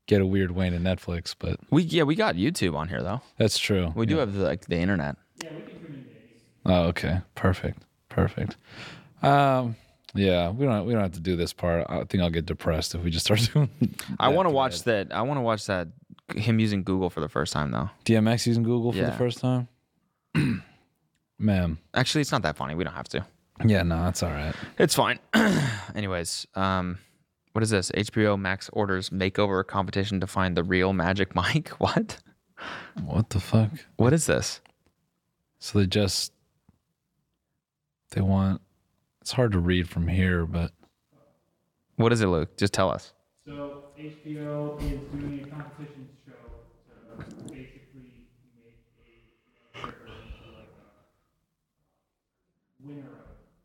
[SPEAKER 2] get a weird way into Netflix, but
[SPEAKER 1] we yeah we got youtube on here though
[SPEAKER 2] that's true.
[SPEAKER 1] we do have like the internet
[SPEAKER 2] Oh, okay. Perfect. Perfect. Um. Yeah, we don't we don't have to do this part. I think I'll get depressed if we just start doing
[SPEAKER 1] i want to watch that i want to watch that him using google for the first time though
[SPEAKER 2] DMX using Google for the
[SPEAKER 1] Yeah.
[SPEAKER 2] first time. Ma'am.
[SPEAKER 1] Actually, it's not that funny. We don't have to.
[SPEAKER 2] Yeah, no, that's all right.
[SPEAKER 1] It's fine. Anyways, um, what is this? HBO Max orders makeover competition to find the real Magic Mike. What?
[SPEAKER 2] What the fuck?
[SPEAKER 1] What is this?
[SPEAKER 2] So they just they want it's hard to read from here, but
[SPEAKER 1] What is it, Luke? Just tell us.
[SPEAKER 11] So HBO is doing a competition show to basically make a like a winner of a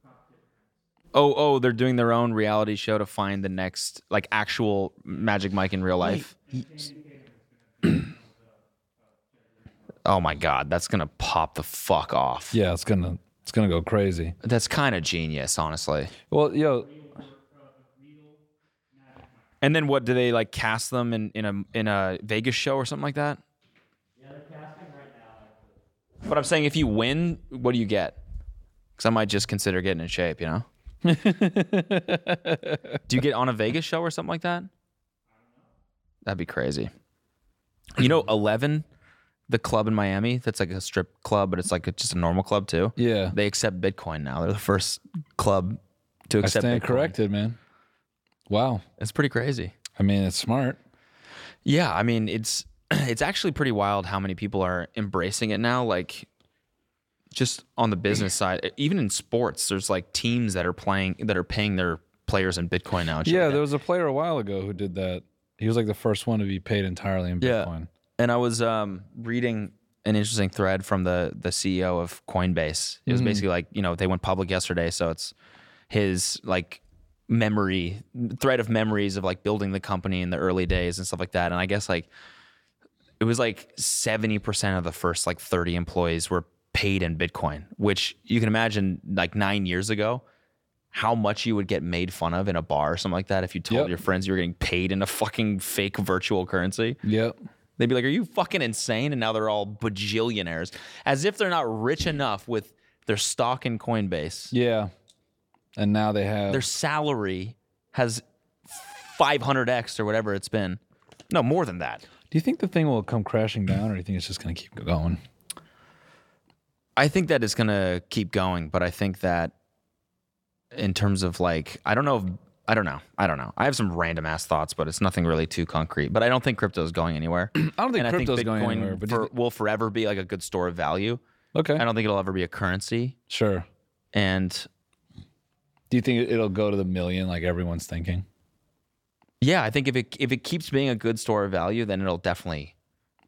[SPEAKER 11] competition.
[SPEAKER 1] Oh, oh, they're doing their own reality show to find the next, like, actual Magic Mike in real life. oh my God, that's gonna pop the fuck off.
[SPEAKER 2] yeah, it's gonna it's gonna go crazy.
[SPEAKER 1] That's kind of genius, honestly.
[SPEAKER 2] Well, yo,
[SPEAKER 1] And then what do they like cast them in, in a in a Vegas show or something like that? Yeah, they're casting right now. But I'm saying if you win, what do you get? Because I might just consider getting in shape, you know. do you get on a Vegas show or something like that? That'd be crazy. You know, Eleven, the club in Miami that's like a strip club, but it's like a, just a normal club too.
[SPEAKER 2] Yeah.
[SPEAKER 1] they accept Bitcoin now. They're the first club to
[SPEAKER 2] I
[SPEAKER 1] accept.
[SPEAKER 2] stand
[SPEAKER 1] Bitcoin.
[SPEAKER 2] corrected, man. Wow.
[SPEAKER 1] It's pretty crazy.
[SPEAKER 2] I mean it's smart.
[SPEAKER 1] Yeah, I mean it's it's actually pretty wild how many people are embracing it now. Like just on the business side, even in sports, there's like teams that are playing that are paying their players in Bitcoin now. and shit
[SPEAKER 2] Yeah,
[SPEAKER 1] like that.
[SPEAKER 2] there was a player a while ago who did that. He was like the first one to be paid entirely in
[SPEAKER 1] Yeah.
[SPEAKER 2] Bitcoin.
[SPEAKER 1] And I was um, reading an interesting thread from the the CEO of Coinbase. It was basically like you know they went public yesterday, so it's his like memory thread of memories of like building the company in the early days and stuff like that. And I guess like it was like seventy percent of the first like thirty employees were paid in Bitcoin, which you can imagine like nine years ago. How much you would get made fun of in a bar or something like that if you told
[SPEAKER 2] Yep.
[SPEAKER 1] your friends you were getting paid in a fucking fake virtual currency.
[SPEAKER 2] Yep.
[SPEAKER 1] They'd be like, "Are you fucking insane?" And now they're all bajillionaires, as if they're not rich enough with their stock in Coinbase.
[SPEAKER 2] Yeah. And now they have
[SPEAKER 1] Their salary has 500x or whatever it's been. No, more than that.
[SPEAKER 2] Do you think the thing will come crashing down or do you think it's just gonna keep going?
[SPEAKER 1] I think that it's gonna keep going, but I think that in terms of like, I don't know. If, I don't know. I don't know. I have some random ass thoughts, but it's nothing really too concrete. But I don't think crypto's going anywhere. I
[SPEAKER 2] I don't think
[SPEAKER 1] and
[SPEAKER 2] crypto's
[SPEAKER 1] I think Bitcoin
[SPEAKER 2] going anywhere, but do you
[SPEAKER 1] for, will forever be like a good store of value.
[SPEAKER 2] thi- okay.
[SPEAKER 1] I don't think it'll ever be a currency.
[SPEAKER 2] sure.
[SPEAKER 1] And
[SPEAKER 2] Do you think it'll go to the million like everyone's thinking?
[SPEAKER 1] Yeah, I think if it if it keeps being a good store of value, then it'll definitely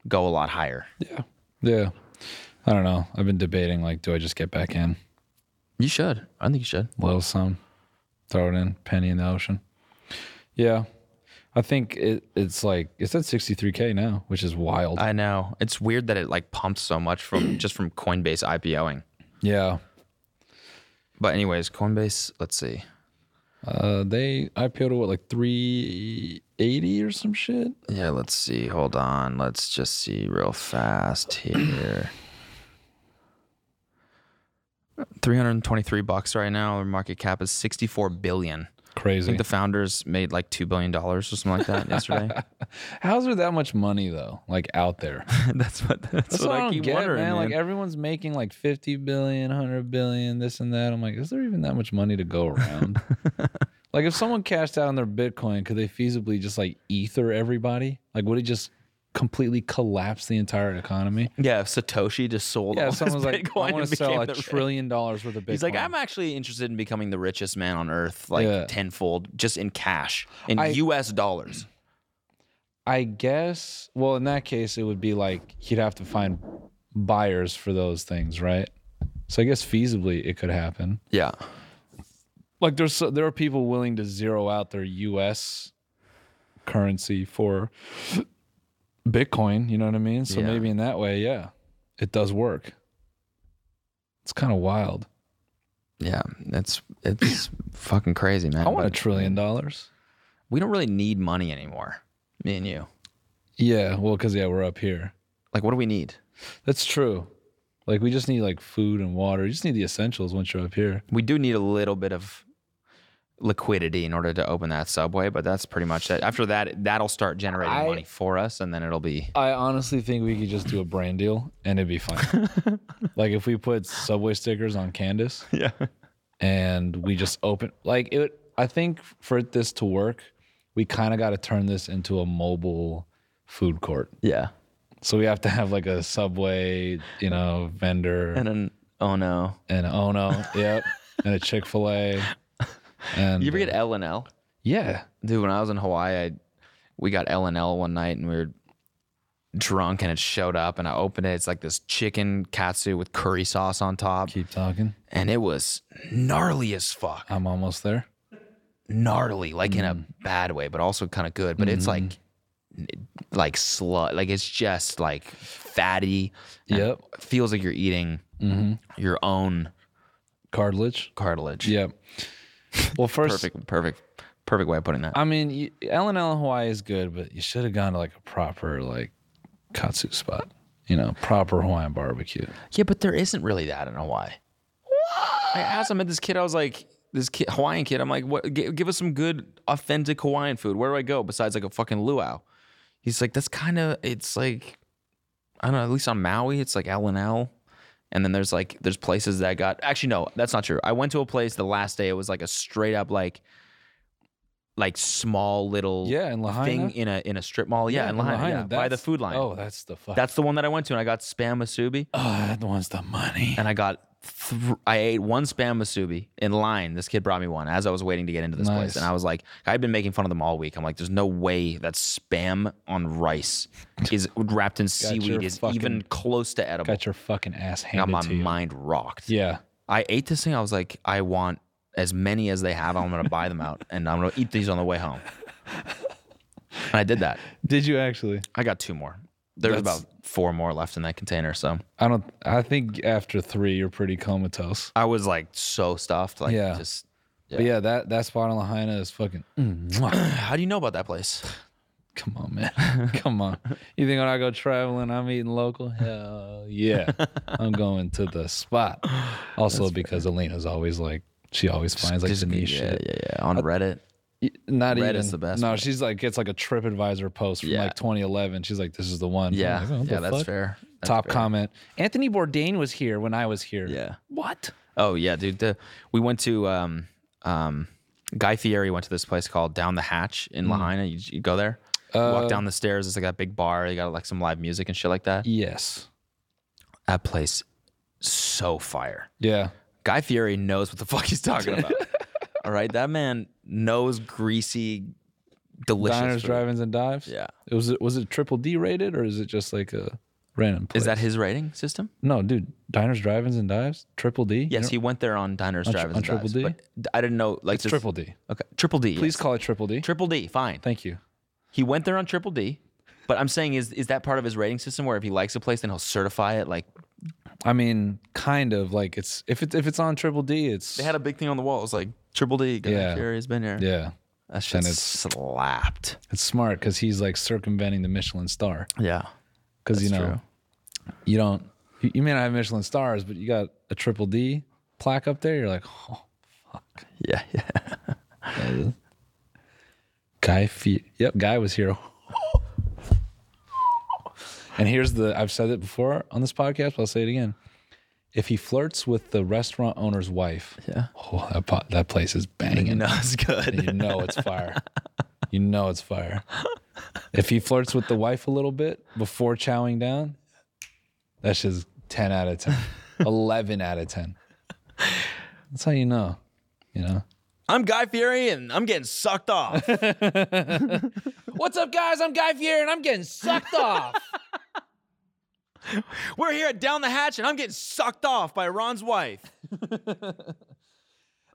[SPEAKER 1] go a lot higher.
[SPEAKER 2] Yeah. Yeah. I don't know. I've been debating like, do I just get back in?
[SPEAKER 1] You should. I think you should.
[SPEAKER 2] Little sum. Throw it in. Penny in the ocean. Yeah. I think it, it's like it's at 63k now, which is wild.
[SPEAKER 1] I know. It's weird that it like pumped so much from just from Coinbase IPOing.
[SPEAKER 2] yeah.
[SPEAKER 1] But anyways, Coinbase, let's see.
[SPEAKER 2] Uh, they IPO'd at what like 380 or some shit.
[SPEAKER 1] Yeah, let's see. Hold on. Let's just see real fast here. 323 bucks right now. Their market cap is 64 billion. I
[SPEAKER 2] Crazy.
[SPEAKER 1] think the founders made like 2 billion dollars or something like that yesterday.
[SPEAKER 2] How's there that much money though? Like out there.
[SPEAKER 1] that's what that's, what, I,
[SPEAKER 2] don't
[SPEAKER 1] keep
[SPEAKER 2] get,
[SPEAKER 1] wondering.
[SPEAKER 2] man. Like
[SPEAKER 1] man.
[SPEAKER 2] everyone's making like 50 billion, 100 billion, this and that. I'm like, is there even that much money to go around? like if someone cashed out on their Bitcoin, could they feasibly just like ether everybody? Like would it just completely collapse the entire economy?
[SPEAKER 1] yeah, if Satoshi just sold
[SPEAKER 2] Yeah,
[SPEAKER 1] all
[SPEAKER 2] if someone
[SPEAKER 1] his
[SPEAKER 2] was like,
[SPEAKER 1] Bitcoin
[SPEAKER 2] I want
[SPEAKER 1] and
[SPEAKER 2] to sell
[SPEAKER 1] became
[SPEAKER 2] a
[SPEAKER 1] the rich-
[SPEAKER 2] trillion dollars worth of Bitcoin.
[SPEAKER 1] He's like, I'm actually interested in becoming the richest man on earth, like
[SPEAKER 2] Yeah.
[SPEAKER 1] tenfold, just in cash, in
[SPEAKER 2] I-
[SPEAKER 1] US dollars.
[SPEAKER 2] I guess. Well, in that case, it would be like he'd have to find buyers for those things, right? So I guess feasibly it could happen.
[SPEAKER 1] Yeah.
[SPEAKER 2] Like there's so- there are people willing to zero out their U.S. currency for Bitcoin. You know what I mean? So
[SPEAKER 1] Yeah.
[SPEAKER 2] maybe in that way, yeah, it does work. It's kind of wild.
[SPEAKER 1] Yeah. That's it's fucking crazy, man.
[SPEAKER 2] I want a
[SPEAKER 1] But
[SPEAKER 2] trillion dollars.
[SPEAKER 1] we don't really need money anymore. Me and you.
[SPEAKER 2] Yeah, well, because yeah, we're up here.
[SPEAKER 1] Like what do we need?
[SPEAKER 2] That's true. Like we just need like food and water. You just need the essentials once you're up here.
[SPEAKER 1] We do need a little bit of liquidity in order to open that subway, but that's pretty much it. After that, that'll start generating
[SPEAKER 2] I-
[SPEAKER 1] money for us and then it'll be
[SPEAKER 2] I honestly think we could just do a brand deal and it'd be fine. like if we put subway stickers on Candace. Yeah. And we just open like it I think for this to work, we kind of got to turn this into a mobile food court.
[SPEAKER 1] Yeah.
[SPEAKER 2] So we have to have like a subway, you know, vendor
[SPEAKER 1] And then oh no.
[SPEAKER 2] and Ono, yep, and a Chick-fil-A. And
[SPEAKER 1] You ever get
[SPEAKER 2] uh,
[SPEAKER 1] L and L?
[SPEAKER 2] Yeah.
[SPEAKER 1] Dude, when I was in Hawaii, I, we got L and L one night and we were drunk and it showed up and I opened it. It's like this chicken katsu with curry sauce on top.
[SPEAKER 2] Keep talking.
[SPEAKER 1] And it was gnarly as fuck.
[SPEAKER 2] I'm almost there.
[SPEAKER 1] Gnarly, like in a bad way, but also kind of good. But it's like like slut. Like it's just like fatty. and
[SPEAKER 2] Yep.
[SPEAKER 1] it Feels like you're eating your own
[SPEAKER 2] Cartilage.
[SPEAKER 1] cartilage.
[SPEAKER 2] Yep. Well, first,
[SPEAKER 1] Perfect, perfect, perfect way of putting that.
[SPEAKER 2] I mean, you- L and L in Hawaii is good, but you should have gone to like a proper like katsu spot. You know, proper Hawaiian barbecue.
[SPEAKER 1] Yeah, but there isn't really that in Hawaii. I asked, I met this kid, I was like, this kid, Hawaiian kid, I'm like, what? Give, give us some good, authentic Hawaiian food. Where do I go besides like a fucking luau? He's like, that's kind of, it's like, I don't know, at least on Maui, it's like L and L. And then there's like, there's places that got, actually, no, that's not true. I went to a place the last day, it was like a straight up, like, like small little
[SPEAKER 2] Yeah, in Lahaina?
[SPEAKER 1] thing in a in a strip mall. Yeah, in Lahaina, yeah, by the
[SPEAKER 2] that's-
[SPEAKER 1] food line.
[SPEAKER 2] Oh, that's the fuck.
[SPEAKER 1] that's the one that I went to, and I got spam masubi
[SPEAKER 2] oh, that one's the money.
[SPEAKER 1] and I got thr I ate one spam masubi in line. This kid brought me one as I was waiting to get into this place,
[SPEAKER 2] Nice.
[SPEAKER 1] and I was like, I've been making fun of them all week. I'm like, there's no way that spam on rice is wrapped in seaweed
[SPEAKER 2] your
[SPEAKER 1] is
[SPEAKER 2] fucking-
[SPEAKER 1] even close to edible.
[SPEAKER 2] Got your fucking ass
[SPEAKER 1] Got
[SPEAKER 2] handed
[SPEAKER 1] my
[SPEAKER 2] to you.
[SPEAKER 1] mind rocked.
[SPEAKER 2] Yeah.
[SPEAKER 1] I ate this thing. I was like, I want as many as they have. I'm gonna buy them out, and I'm gonna eat these on the way home. And I did that.
[SPEAKER 2] Did you actually?
[SPEAKER 1] I got two more. There's
[SPEAKER 2] That's-
[SPEAKER 1] about four more left in that container, so.
[SPEAKER 2] I don't. I think after three, you're pretty comatose.
[SPEAKER 1] I was like so stuffed, like
[SPEAKER 2] Yeah.
[SPEAKER 1] just.
[SPEAKER 2] But yeah, that that spot in Lahaina is fucking. mwah.
[SPEAKER 1] How do you know about that place?
[SPEAKER 2] Come on, man. Come on. You think when I go traveling, I'm eating local? Hell yeah. I'm going to the spot. Also, because Alina's always like, she always finds like
[SPEAKER 1] Just-
[SPEAKER 2] the niche
[SPEAKER 1] yeah,
[SPEAKER 2] shit.
[SPEAKER 1] Yeah, yeah, On Reddit.
[SPEAKER 2] Y- Not
[SPEAKER 1] Reddit's
[SPEAKER 2] even.
[SPEAKER 1] the best
[SPEAKER 2] No,
[SPEAKER 1] one.
[SPEAKER 2] she's like, it's like a TripAdvisor post from
[SPEAKER 1] Yeah.
[SPEAKER 2] like 2011. She's like, this is the one. I'm
[SPEAKER 1] Yeah,
[SPEAKER 2] like, "Oh, what the
[SPEAKER 1] yeah, that's
[SPEAKER 2] fuck?
[SPEAKER 1] fair. That's
[SPEAKER 2] Top
[SPEAKER 1] fair.
[SPEAKER 2] comment. Anthony Bourdain was here when I was here.
[SPEAKER 1] Yeah.
[SPEAKER 2] What?
[SPEAKER 1] Oh yeah, dude. The, we went to um, um, Guy Fieri went to this place called Down the Hatch
[SPEAKER 2] Hmm.
[SPEAKER 1] in Lahaina. You, you go there,
[SPEAKER 2] Uh,
[SPEAKER 1] walk down the stairs. It's like that big bar. You got like some live music and shit like that.
[SPEAKER 2] Yes.
[SPEAKER 1] That place, so fire.
[SPEAKER 2] Yeah.
[SPEAKER 1] Guy Fieri knows what the fuck he's talking about. All right, that man knows greasy delicious.
[SPEAKER 2] Diners,
[SPEAKER 1] food.
[SPEAKER 2] drive-ins, and dives. Yeah. It was it was it triple D rated or is it just like a random? Place?
[SPEAKER 1] Is that his rating system?
[SPEAKER 2] No, dude. Diners, drive-ins, and dives. Triple D. You
[SPEAKER 1] Yes,
[SPEAKER 2] know-
[SPEAKER 1] he went there on Diners,
[SPEAKER 2] On tr-
[SPEAKER 1] Drive-ins,
[SPEAKER 2] on
[SPEAKER 1] and
[SPEAKER 2] Triple
[SPEAKER 1] Dives,
[SPEAKER 2] D?
[SPEAKER 1] but d- I didn't know. Like
[SPEAKER 2] It's
[SPEAKER 1] this-
[SPEAKER 2] Triple D.
[SPEAKER 1] Okay, Triple D. yes.
[SPEAKER 2] Please call it Triple D.
[SPEAKER 1] Triple D. Fine.
[SPEAKER 2] Thank you.
[SPEAKER 1] He went there on Triple D, but I'm saying is is that part of his rating system where if he likes a place, then he'll certify it? Like
[SPEAKER 2] I mean, kind of like it's if it's if it's on Triple D, it's
[SPEAKER 1] they had a big thing on the wall. It was like Triple D. Got
[SPEAKER 2] Yeah.
[SPEAKER 1] here. He's been here.
[SPEAKER 2] yeah.
[SPEAKER 1] That
[SPEAKER 2] Then
[SPEAKER 1] shit
[SPEAKER 2] it's-
[SPEAKER 1] slapped.
[SPEAKER 2] It's smart because he's like circumventing the Michelin star
[SPEAKER 1] Yeah.
[SPEAKER 2] because you
[SPEAKER 1] That's
[SPEAKER 2] know
[SPEAKER 1] true.
[SPEAKER 2] you don't you, you may not have Michelin stars, but you got a Triple D plaque up there. You're like, oh,
[SPEAKER 1] Yeah. Yeah.
[SPEAKER 2] Guy Fe Yep, Guy was here. and here's the I've said it before on this podcast, but I'll say it again. If he flirts with the restaurant owner's wife,
[SPEAKER 1] Yeah.
[SPEAKER 2] oh, that, po- that place is banging.
[SPEAKER 1] No, it's
[SPEAKER 2] And you
[SPEAKER 1] good.
[SPEAKER 2] know it's fire. you know it's fire. If he flirts with the wife a little bit before chowing down, that's just 10 out of 10, 11 out of 10. That's how you know, you know.
[SPEAKER 1] I'm Guy Fieri, and I'm getting sucked off.
[SPEAKER 2] What's up, guys? I'm Guy Fieri, and I'm getting sucked off.
[SPEAKER 1] We're here at Down the Hatch, and I'm getting sucked off by Ron's wife.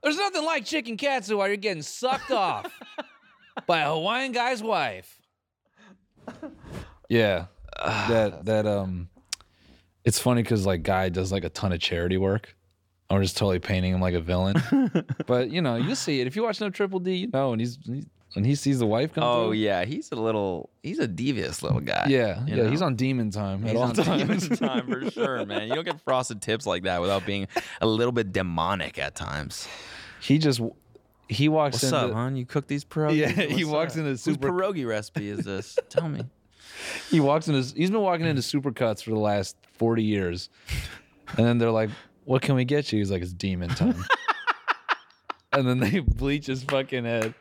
[SPEAKER 2] There's nothing like chicken katsu while you're getting sucked off by a Hawaiian guy's wife. Ah. Yeah, that that um, it's funny because like guy does like a ton of charity work. I'm just totally painting him like a villain, but you know you see it if you watch no Triple D, you know, and he's, he's when he sees the wife come.
[SPEAKER 1] Oh
[SPEAKER 2] through,
[SPEAKER 1] yeah, he's a little, he's a devious little guy.
[SPEAKER 2] yeah,
[SPEAKER 1] you
[SPEAKER 2] yeah.
[SPEAKER 1] know?
[SPEAKER 2] He's on demon time at
[SPEAKER 1] He's
[SPEAKER 2] all
[SPEAKER 1] on
[SPEAKER 2] times.
[SPEAKER 1] demon time for sure, man. You don't get frosted tips like that without being a little bit demonic at times.
[SPEAKER 2] He just he walks
[SPEAKER 1] What's
[SPEAKER 2] in.
[SPEAKER 1] up, hon? You cook these pierogies?
[SPEAKER 2] Yeah, he
[SPEAKER 1] What's
[SPEAKER 2] walks
[SPEAKER 1] up?
[SPEAKER 2] in a
[SPEAKER 1] Whose
[SPEAKER 2] super-
[SPEAKER 1] pierogi recipe is this? Tell me.
[SPEAKER 2] he walks in his he's been walking into supercuts for the last 40 years and then they're like what can we get you he's like it's demon time and then they bleach his fucking head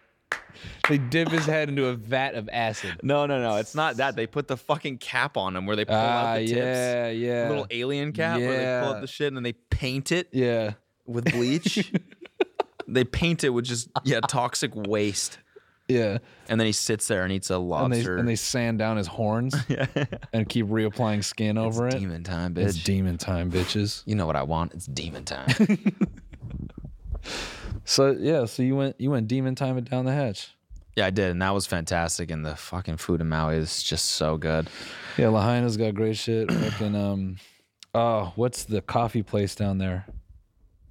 [SPEAKER 2] they dip his head into a vat of acid
[SPEAKER 1] No, no, no. It's not that. They put the fucking cap on him where they pull
[SPEAKER 2] ah
[SPEAKER 1] out the tips.
[SPEAKER 2] yeah yeah
[SPEAKER 1] Little alien cap where they pull
[SPEAKER 2] Yeah.
[SPEAKER 1] out the shit and then they paint it
[SPEAKER 2] yeah
[SPEAKER 1] with bleach. they paint it with just yeah toxic waste,
[SPEAKER 2] yeah
[SPEAKER 1] and then he sits there and eats a
[SPEAKER 2] and they,
[SPEAKER 1] lobster.
[SPEAKER 2] and they sand down his horns and keep reapplying skin over it
[SPEAKER 1] demon time, bitch.
[SPEAKER 2] it's demon time bitches
[SPEAKER 1] you know what I want? It's demon time.
[SPEAKER 2] so yeah so you went you went demon time it down the hatch
[SPEAKER 1] yeah, I did, and that was fantastic. And the fucking food in Maui is just so good.
[SPEAKER 2] Yeah, Lahaina's got great shit. Fucking um, oh, what's the coffee place down there?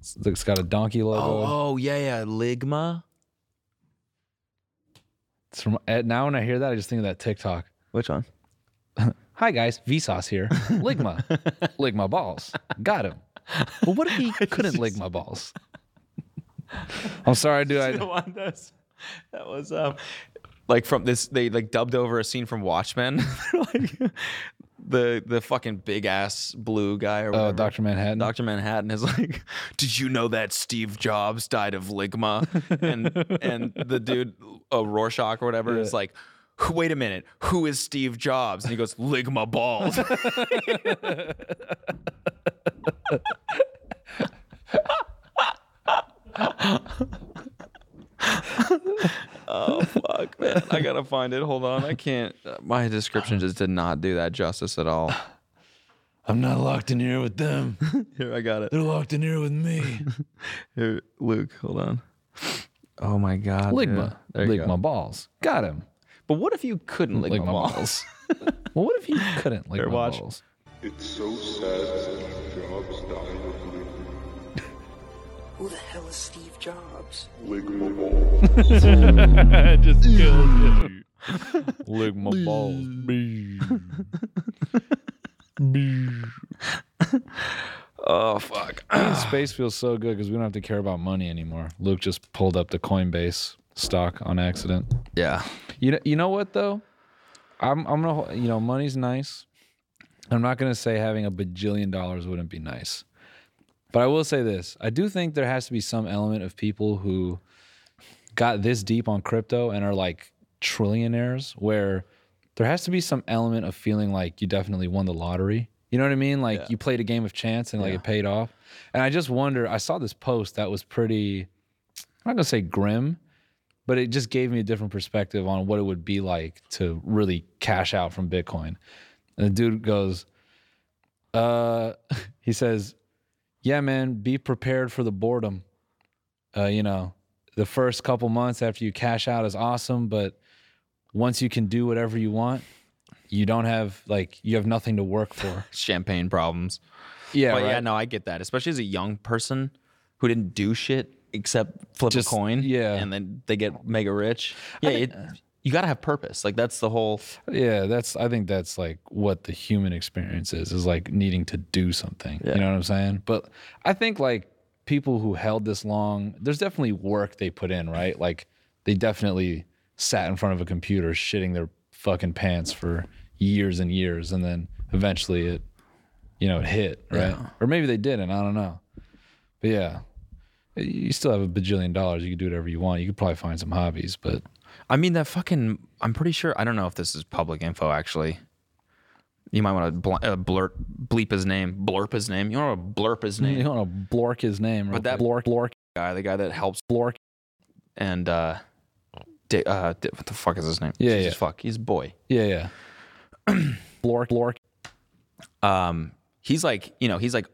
[SPEAKER 2] It's, it's got a donkey
[SPEAKER 1] Oh,
[SPEAKER 2] logo.
[SPEAKER 1] oh yeah, yeah, Ligma.
[SPEAKER 2] It's from, eh, now when I hear that, I just think of that TikTok.
[SPEAKER 1] Which one?
[SPEAKER 2] Hi guys, Vsauce here. Ligma, lick my balls. Got him. But what if he couldn't lick my balls? I'm sorry, dude.
[SPEAKER 1] the
[SPEAKER 2] I,
[SPEAKER 1] one that's that was um like from this they like dubbed over a scene from Watchmen. like the the fucking big ass blue guy or
[SPEAKER 2] oh,
[SPEAKER 1] whatever.
[SPEAKER 2] Doctor Manhattan.
[SPEAKER 1] Dr. Manhattan is like, "Did you know that Steve Jobs died of ligma?" And and the dude, uh, Rorschach or whatever, is like, "Who- "Wait a minute, who is Steve Jobs?" And he goes, "Ligma balls." oh fuck, man! I gotta find it. Hold on, I can't. My description just did not do that justice at all.
[SPEAKER 2] I'm not locked in here with them.
[SPEAKER 1] Here, I got it.
[SPEAKER 2] They're locked in here with me.
[SPEAKER 1] Here, Luke, hold on. Oh my God.
[SPEAKER 2] Ligma,
[SPEAKER 1] There you
[SPEAKER 2] lick
[SPEAKER 1] go.
[SPEAKER 2] my balls. Got him.
[SPEAKER 1] But what if you couldn't lick,
[SPEAKER 2] Lick
[SPEAKER 1] my
[SPEAKER 2] my
[SPEAKER 1] balls?
[SPEAKER 2] balls. Well, what if he couldn't lick
[SPEAKER 1] Here,
[SPEAKER 2] my
[SPEAKER 1] watch.
[SPEAKER 2] balls?
[SPEAKER 3] It's so sad Steve Jobs died of ligma.
[SPEAKER 7] Who the hell is Steve Jobs?
[SPEAKER 3] Ligma balls.
[SPEAKER 2] Lick my balls.
[SPEAKER 1] Oh fuck.
[SPEAKER 2] Being in space feels so good because we don't have to care about money anymore. Luke just pulled up the Coinbase stock on accident.
[SPEAKER 1] Yeah.
[SPEAKER 2] You know, you know what though? I'm I'm gonna hol- you know money's nice. I'm not gonna say having a bajillion dollars wouldn't be nice, but I will say this: I do think there has to be some element of people who got this deep on crypto and are like trillionaires, where there has to be some element of feeling like you definitely won the lottery. You know what I mean? Like you played a game of chance and like it paid off. And I just wonder. I saw this post that was pretty. I'm not gonna say grim, but it just gave me a different perspective on what it would be like to really cash out from Bitcoin. And the dude goes, uh, he says, yeah, man, be prepared for the boredom. Uh, you know, the first couple months after you cash out is awesome, but once you can do whatever you want, you don't have like you have nothing to work for.
[SPEAKER 1] Champagne problems.
[SPEAKER 2] Yeah,
[SPEAKER 1] But yeah,
[SPEAKER 2] right.
[SPEAKER 1] no, I get that. Especially as a young person who didn't do shit except flip
[SPEAKER 2] Just-
[SPEAKER 1] a coin.
[SPEAKER 2] yeah.
[SPEAKER 1] And then they get mega rich. Yeah. it, you got to have purpose. Like that's the whole,
[SPEAKER 2] Yeah, that's I think that's like what the human experience is is like needing to do something. You know what I'm saying? But I think like people who held this long, there's definitely work they put in, right? Like they definitely sat in front of a computer shitting their fucking pants for years and years and then eventually it you know, it hit, right? Or maybe they didn't, I don't know. But yeah. You still have a bajillion dollars. You can do whatever you want. You could probably find some hobbies, but
[SPEAKER 1] I mean, that fucking, I'm pretty sure, I don't know if this is public info actually. You might want to bl- uh, blurt, bleep his name, blurp his name. You want to blurp his name.
[SPEAKER 2] you don't want to blork his name. Or
[SPEAKER 1] But that-
[SPEAKER 2] blork, blork,
[SPEAKER 1] guy, the guy that helps
[SPEAKER 2] blork.
[SPEAKER 1] and uh, Di- uh, Di- what the fuck is his name?
[SPEAKER 2] Yeah,
[SPEAKER 1] Jesus
[SPEAKER 2] yeah.
[SPEAKER 1] fuck, he's a boy.
[SPEAKER 2] Yeah, yeah. blork, blork.
[SPEAKER 1] Um, he's like, you know, he's like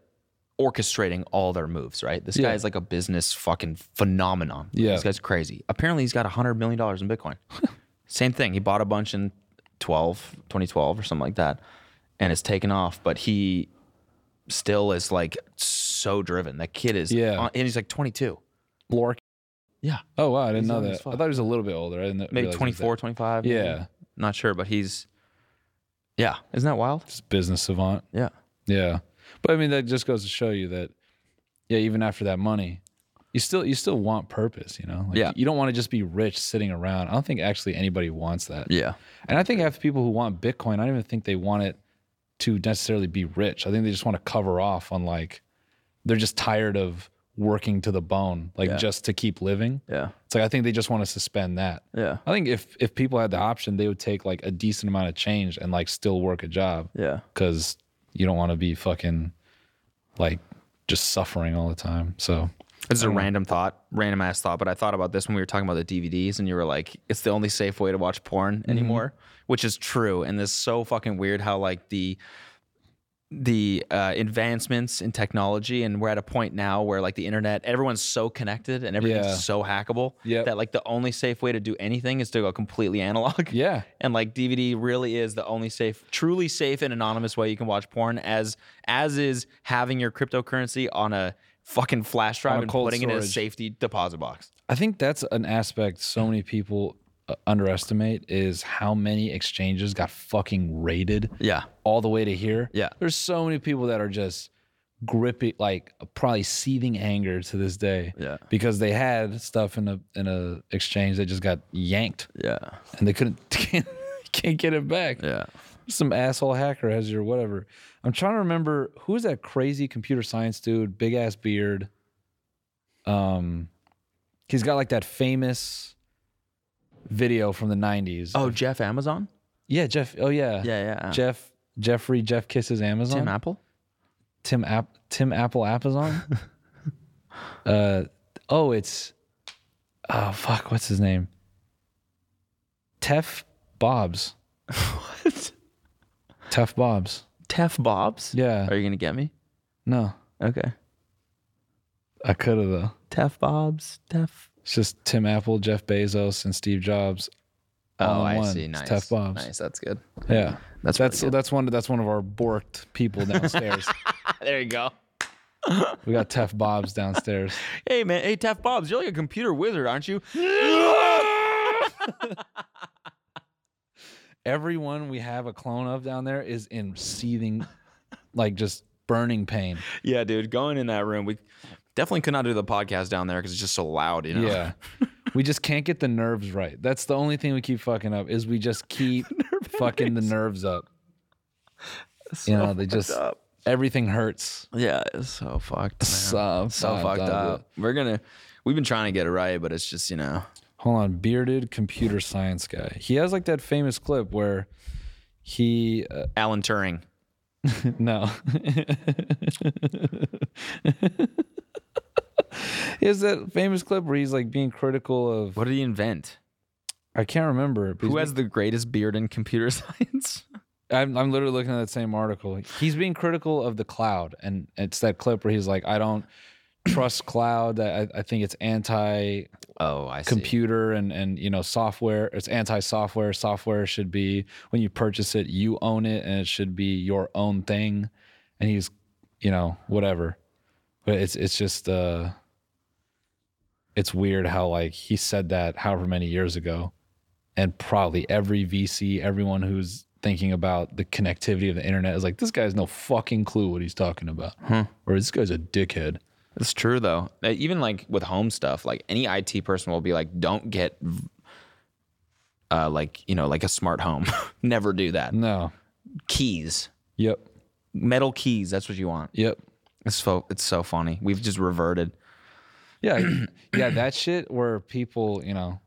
[SPEAKER 1] orchestrating all their moves, right? This
[SPEAKER 2] Yeah.
[SPEAKER 1] guy is like a business fucking phenomenon.
[SPEAKER 2] Yeah.
[SPEAKER 1] this guy's crazy. Apparently, he's got a hundred million dollars in Bitcoin. Same thing. He bought a bunch in 12, 2012 or something like that, and it's taken off. But he still is like so driven. That kid is,
[SPEAKER 2] Yeah.
[SPEAKER 1] on- and he's like twenty two.
[SPEAKER 2] Blork.
[SPEAKER 1] Yeah,
[SPEAKER 2] Oh wow, I didn't know
[SPEAKER 1] young
[SPEAKER 2] that. I
[SPEAKER 1] as fuck.
[SPEAKER 2] thought he was a little bit older. I didn't know-
[SPEAKER 1] maybe
[SPEAKER 2] realize he was that-
[SPEAKER 1] 24, 25. maybe.
[SPEAKER 2] Yeah.
[SPEAKER 1] Not sure, but he's, yeah. Isn't that wild?
[SPEAKER 2] Just business savant.
[SPEAKER 1] Yeah.
[SPEAKER 2] Yeah. But I mean that just goes to show you that yeah, even after that money, you still you still want purpose, you know? Like,
[SPEAKER 1] Yeah.
[SPEAKER 2] You don't want to just be rich sitting around. I don't think actually anybody wants that.
[SPEAKER 1] Yeah.
[SPEAKER 2] And I think half the people who want Bitcoin, I don't even think they want it to necessarily be rich. I think they just want to cover off on like they're just tired of working to the bone, like
[SPEAKER 1] Yeah.
[SPEAKER 2] just to keep living.
[SPEAKER 1] Yeah.
[SPEAKER 2] It's like I think they just want to suspend that.
[SPEAKER 1] Yeah.
[SPEAKER 2] I think if if people had the option, they would take like a decent amount of change and like still work a job.
[SPEAKER 1] Yeah.
[SPEAKER 2] Cause you don't want to be fucking like just suffering all the time. So
[SPEAKER 1] This is a random thought, random ass thought, but I thought about this when we were talking about the DVDs and you were like, it's the only safe way to watch porn anymore, which is true. And it's so fucking weird how like the the uh, advancements in technology and we're at a point now where like the internet everyone's so connected and everything's
[SPEAKER 2] Yeah.
[SPEAKER 1] so hackable
[SPEAKER 2] Yep.
[SPEAKER 1] that like the only safe way to do anything is to go completely analog
[SPEAKER 2] Yeah.
[SPEAKER 1] and like dvd really is the only safe truly safe and anonymous way you can watch porn as as is having your cryptocurrency on a fucking flash drive
[SPEAKER 2] a
[SPEAKER 1] and
[SPEAKER 2] cold
[SPEAKER 1] putting it in a
[SPEAKER 2] storage.
[SPEAKER 1] safety deposit box
[SPEAKER 2] I think that's an aspect so many people uh, underestimate is how many exchanges got fucking raided.
[SPEAKER 1] yeah
[SPEAKER 2] all the way to here.
[SPEAKER 1] Yeah.
[SPEAKER 2] There's so many people that are just gripping like probably seething anger to this day.
[SPEAKER 1] Yeah.
[SPEAKER 2] Because they had stuff in a in a exchange that just got yanked
[SPEAKER 1] yeah
[SPEAKER 2] and they couldn't can't, can't get it back.
[SPEAKER 1] yeah
[SPEAKER 2] Some asshole hacker has your whatever. I'm trying to remember who's that crazy computer science dude, big ass beard. Um he's got like that famous video from the 90s.
[SPEAKER 1] oh jeff amazon
[SPEAKER 2] yeah, Jeff. Oh yeah.
[SPEAKER 1] yeah yeah
[SPEAKER 2] Jeff Jeffrey Jeff kisses Amazon.
[SPEAKER 1] tim apple
[SPEAKER 2] Tim App Tim Apple Appazon. uh oh, it's oh fuck, what's his name? Tef Bobs.
[SPEAKER 1] what
[SPEAKER 2] Tef Bobs.
[SPEAKER 1] Tef Bobs?
[SPEAKER 2] Yeah.
[SPEAKER 1] Are you gonna get me?
[SPEAKER 2] No,
[SPEAKER 1] Okay.
[SPEAKER 2] I could have though.
[SPEAKER 1] Tef Bobs. Tef.
[SPEAKER 2] It's just Tim Apple, Jeff Bezos, and Steve Jobs. all
[SPEAKER 1] Oh,
[SPEAKER 2] in
[SPEAKER 1] I
[SPEAKER 2] one.
[SPEAKER 1] see.
[SPEAKER 2] It's
[SPEAKER 1] Nice.
[SPEAKER 2] Tef Bobs.
[SPEAKER 1] Nice. That's good.
[SPEAKER 2] Yeah,
[SPEAKER 1] That's
[SPEAKER 2] that's
[SPEAKER 1] pretty good.
[SPEAKER 2] that's one that's one of our borked people downstairs.
[SPEAKER 1] There you go.
[SPEAKER 2] we got Tef Bobs downstairs.
[SPEAKER 1] Hey man. Hey Tef Bobs. You're like a computer wizard, aren't you?
[SPEAKER 2] Everyone we have a clone of down there is in seething, like just burning pain.
[SPEAKER 1] yeah, dude. Going in that room, we definitely could not do the podcast down there because it's just so loud. You know.
[SPEAKER 2] Yeah. we just can't get the nerves right. That's the only thing we keep fucking up is we just keep fucking the nerves up. you know, they just
[SPEAKER 1] up.
[SPEAKER 2] everything hurts.
[SPEAKER 1] Yeah. It's so fucked. Man.
[SPEAKER 2] So, uh,
[SPEAKER 1] so fucked up. We're gonna. We've been trying to get it right, but it's just you know.
[SPEAKER 2] Hold on, bearded computer science guy. He has like that famous clip where he uh,
[SPEAKER 1] Alan Turing.
[SPEAKER 2] no. He has that famous clip where he's like being critical of.
[SPEAKER 1] What did he invent?
[SPEAKER 2] I can't remember. but
[SPEAKER 1] Who
[SPEAKER 2] he's
[SPEAKER 1] has the greatest beard in computer science?
[SPEAKER 2] I'm, I'm literally looking at that same article. He's being critical of the cloud, and it's that clip where he's like, "I don't trust cloud. I, I think it's anti-computer
[SPEAKER 1] Oh, I see.
[SPEAKER 2] and and you know software. It's anti-software. Software should be when you purchase it, you own it, and it should be your own thing." And he's, you know, whatever. But it's it's just uh, it's weird how like he said that however many years ago and probably every VC, everyone who's thinking about the connectivity of the internet is like, this guy has no fucking clue what he's talking about,
[SPEAKER 1] Hmm.
[SPEAKER 2] or this guy's a dickhead.
[SPEAKER 1] It's true though. Uh, Even like with home stuff, like any IT person will be like, "Don't get, v- uh, like you know, like a smart home. Never do that.
[SPEAKER 2] No.
[SPEAKER 1] Keys,
[SPEAKER 2] Yep.
[SPEAKER 1] metal keys. That's what you want."
[SPEAKER 2] Yep.
[SPEAKER 1] It's so it's so funny. We've just reverted.
[SPEAKER 2] Yeah. yeah. That shit where people, you know,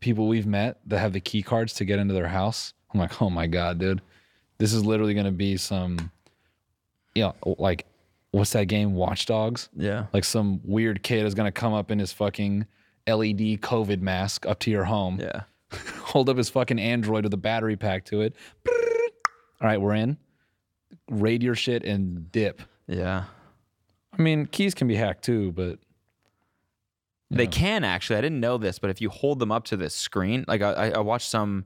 [SPEAKER 2] people we've met that have the key cards to get into their house. I'm like, oh my God, dude. This is literally going to be some, you know, like, what's that game? Watchdogs.
[SPEAKER 1] Yeah.
[SPEAKER 2] Like some weird kid is going to come up in his fucking LED COVID mask up to your home.
[SPEAKER 1] Yeah.
[SPEAKER 2] hold up his fucking Android with a battery pack to it. All right, we're in. Raid your shit and dip.
[SPEAKER 1] Yeah.
[SPEAKER 2] I mean, keys can be hacked too, but
[SPEAKER 1] They can actually. I didn't know this, but if you hold them up to this screen, like I, I- I watched some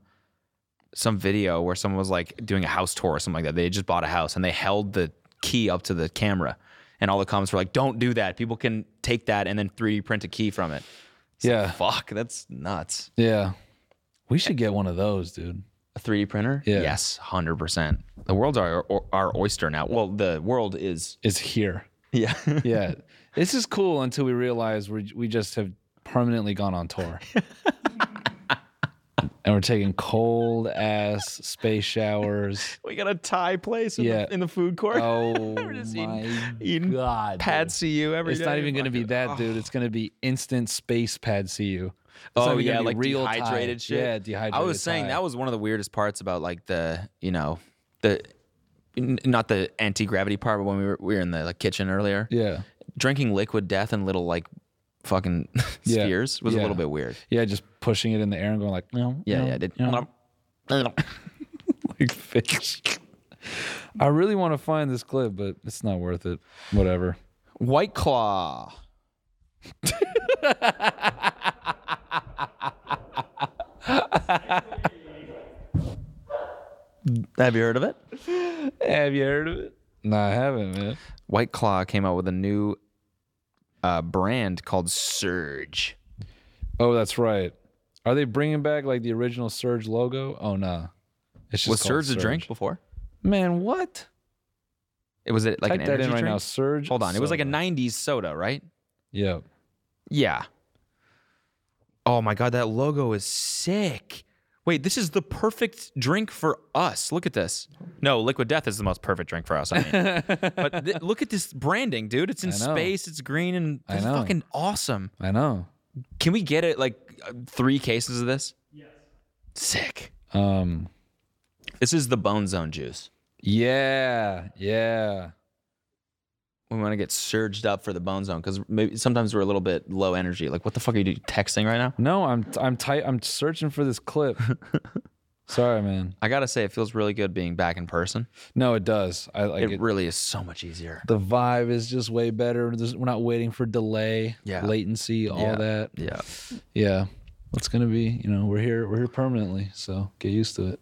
[SPEAKER 1] some video where someone was like doing a house tour or something like that. They just bought a house and they held the key up to the camera, and all the comments were like, "Don't do that. People can take that and then 3D print a key from it." It's like,
[SPEAKER 2] Yeah.
[SPEAKER 1] fuck, that's nuts.
[SPEAKER 2] yeah. We should get one of those, dude.
[SPEAKER 1] A 3D printer?
[SPEAKER 2] Yeah.
[SPEAKER 1] Yes, hundred percent. The world's our our oyster now. Well, the world is.
[SPEAKER 2] It's here.
[SPEAKER 1] Yeah.
[SPEAKER 2] Yeah. this is cool until we realize we we just have permanently gone on tour. and we're taking cold ass space showers.
[SPEAKER 1] we got a Thai place in,
[SPEAKER 2] Yeah.
[SPEAKER 1] the, in the food court.
[SPEAKER 2] Oh
[SPEAKER 1] just
[SPEAKER 2] my
[SPEAKER 1] eating- eating
[SPEAKER 2] god. dude.
[SPEAKER 1] Pad see you every
[SPEAKER 2] It's not
[SPEAKER 1] day.
[SPEAKER 2] even going to be
[SPEAKER 1] Fucking-
[SPEAKER 2] that,
[SPEAKER 1] Oh.
[SPEAKER 2] dude. It's going to be instant space pad CU. It's
[SPEAKER 1] Oh
[SPEAKER 2] not even gonna
[SPEAKER 1] yeah,
[SPEAKER 2] be
[SPEAKER 1] like
[SPEAKER 2] real
[SPEAKER 1] dehydrated
[SPEAKER 2] Thai.
[SPEAKER 1] shit.
[SPEAKER 2] Yeah, dehydrated.
[SPEAKER 1] I was saying that was one of the weirdest parts about like the you know the n- not the anti gravity part, but when we were we were in the like, kitchen earlier,
[SPEAKER 2] yeah,
[SPEAKER 1] drinking liquid death in little like fucking
[SPEAKER 2] Yeah.
[SPEAKER 1] spheres was
[SPEAKER 2] Yeah.
[SPEAKER 1] a little bit weird.
[SPEAKER 2] yeah, just pushing it in the air and going like, no,
[SPEAKER 1] Yeah,
[SPEAKER 2] no,
[SPEAKER 1] yeah, I did.
[SPEAKER 2] no. like fish. I really want to find this clip, but it's not worth it. Whatever.
[SPEAKER 1] White claw. Have you heard of it?
[SPEAKER 2] Have you heard of it? No, I haven't, man.
[SPEAKER 1] White Claw came out with a new uh, brand called Surge.
[SPEAKER 2] Oh, that's right. Are they bringing back like the original Surge logo? Oh nah, it's just
[SPEAKER 1] was
[SPEAKER 2] called
[SPEAKER 1] Surge, a drink before?
[SPEAKER 2] Man, what?
[SPEAKER 1] It was it like
[SPEAKER 2] Type
[SPEAKER 1] an
[SPEAKER 2] that
[SPEAKER 1] energy
[SPEAKER 2] in right
[SPEAKER 1] drink?
[SPEAKER 2] now. Surge.
[SPEAKER 1] Hold on, it was like a
[SPEAKER 2] soda.
[SPEAKER 1] '90s soda, right?
[SPEAKER 2] Yeah.
[SPEAKER 1] Yeah. Oh my god, that logo is sick. Wait, this is the perfect drink for us. Look at this. No, Liquid Death is the most perfect drink for us. I mean, but th- look at this branding, dude. It's in
[SPEAKER 2] I know.
[SPEAKER 1] space. It's green and
[SPEAKER 2] I
[SPEAKER 1] it's
[SPEAKER 2] know.
[SPEAKER 1] fucking awesome.
[SPEAKER 2] I know.
[SPEAKER 1] Can we get it like uh, three cases of this? Yes. Sick.
[SPEAKER 2] Um.
[SPEAKER 1] This is the Bone Zone juice.
[SPEAKER 2] Yeah. Yeah.
[SPEAKER 1] We want to get surged up for the Bone Zone because maybe sometimes we're a little bit low energy. Like, what the fuck are you doing? texting right now?
[SPEAKER 2] No, I'm I'm tight. I'm searching for this clip. Sorry, man.
[SPEAKER 1] I gotta say, it feels really good being back in person.
[SPEAKER 2] No, it does. I like
[SPEAKER 1] It,
[SPEAKER 2] it.
[SPEAKER 1] really is so much easier.
[SPEAKER 2] the vibe is just way better. There's, we're not waiting for delay,
[SPEAKER 1] Yeah.
[SPEAKER 2] latency, all
[SPEAKER 1] Yeah.
[SPEAKER 2] that.
[SPEAKER 1] Yeah.
[SPEAKER 2] Yeah. It's gonna be, you know, we're here, we're here permanently. So get used to it.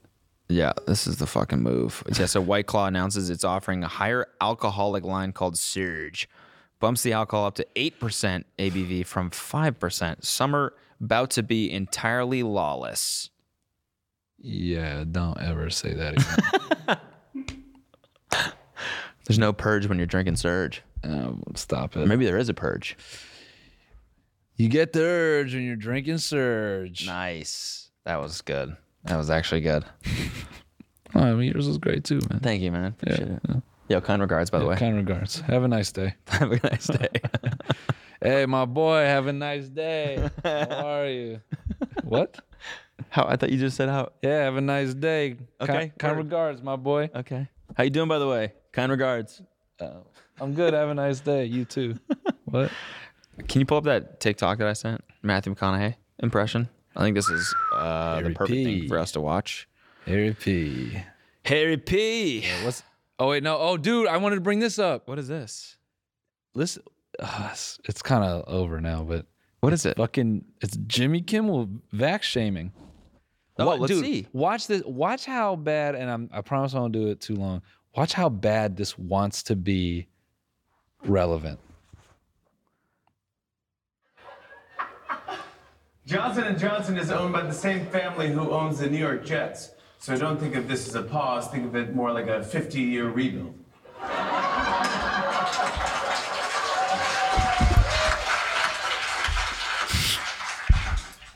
[SPEAKER 1] Yeah, this is the fucking move. Yeah, so White Claw announces it's offering a higher alcoholic line called Surge. Bumps the alcohol up to 8% ABV from 5%. Summer about to be entirely lawless.
[SPEAKER 2] Yeah. Don't ever say that again.
[SPEAKER 1] There's no purge when you're drinking Surge.
[SPEAKER 2] Um, stop it.
[SPEAKER 1] Or maybe there is a purge.
[SPEAKER 2] You get the urge when you're drinking surge.
[SPEAKER 1] Nice. That was good. That was actually good.
[SPEAKER 2] Oh, I mean, yours was great too, man.
[SPEAKER 1] Thank you, man. Appreciate it. Yo, kind regards, by the way.
[SPEAKER 2] Kind regards. Have a nice day.
[SPEAKER 1] Have a nice day.
[SPEAKER 2] Hey, my boy, have a nice day. How are you? what?
[SPEAKER 1] how I thought you just said how.
[SPEAKER 2] Yeah, have a nice day. Ki-
[SPEAKER 1] Okay,
[SPEAKER 2] Kind
[SPEAKER 1] word.
[SPEAKER 2] regards, my boy.
[SPEAKER 1] Okay. How you doing, by the way? Kind regards.
[SPEAKER 2] I'm good. Have a nice day. You too. What?
[SPEAKER 1] Can you pull up that TikTok that I sent? Matthew McConaughey impression. I think this is uh, the
[SPEAKER 2] Harry
[SPEAKER 1] perfect
[SPEAKER 2] P.
[SPEAKER 1] thing for us to watch.
[SPEAKER 2] Harry P.
[SPEAKER 1] Harry P.
[SPEAKER 2] What's? Oh wait, no. Oh, dude, I wanted to bring this up.
[SPEAKER 1] What is this?
[SPEAKER 2] Listen, uh, it's, it's kind of over now, but
[SPEAKER 1] What is it?
[SPEAKER 2] fucking, it's Jimmy Kimmel vax shaming.
[SPEAKER 1] Oh,
[SPEAKER 2] What-
[SPEAKER 1] let's
[SPEAKER 2] dude,
[SPEAKER 1] see.
[SPEAKER 2] Watch this. Watch how bad, and I'm, I promise I won't do it too long. Watch how bad this wants to be relevant.
[SPEAKER 12] Johnson & Johnson is owned by the same family who owns the New York Jets. So don't think of this as a pause, think of it more like a 50-year rebuild.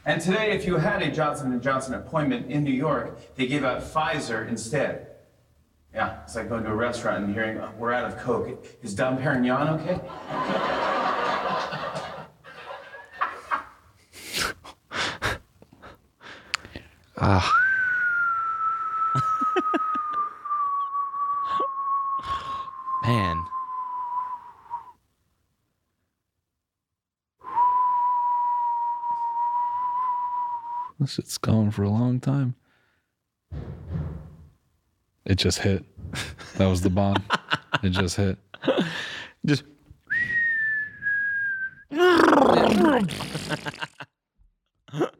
[SPEAKER 12] And today, if you had a Johnson & Johnson appointment in New York, they gave out Pfizer instead. Yeah, it's like going to a restaurant and hearing, "Oh, we're out of Coke. Is Dom Perignon okay?
[SPEAKER 1] Ah. Man.
[SPEAKER 2] This shit's going for a long time. It just hit. That was the bomb. it just hit.
[SPEAKER 1] Just.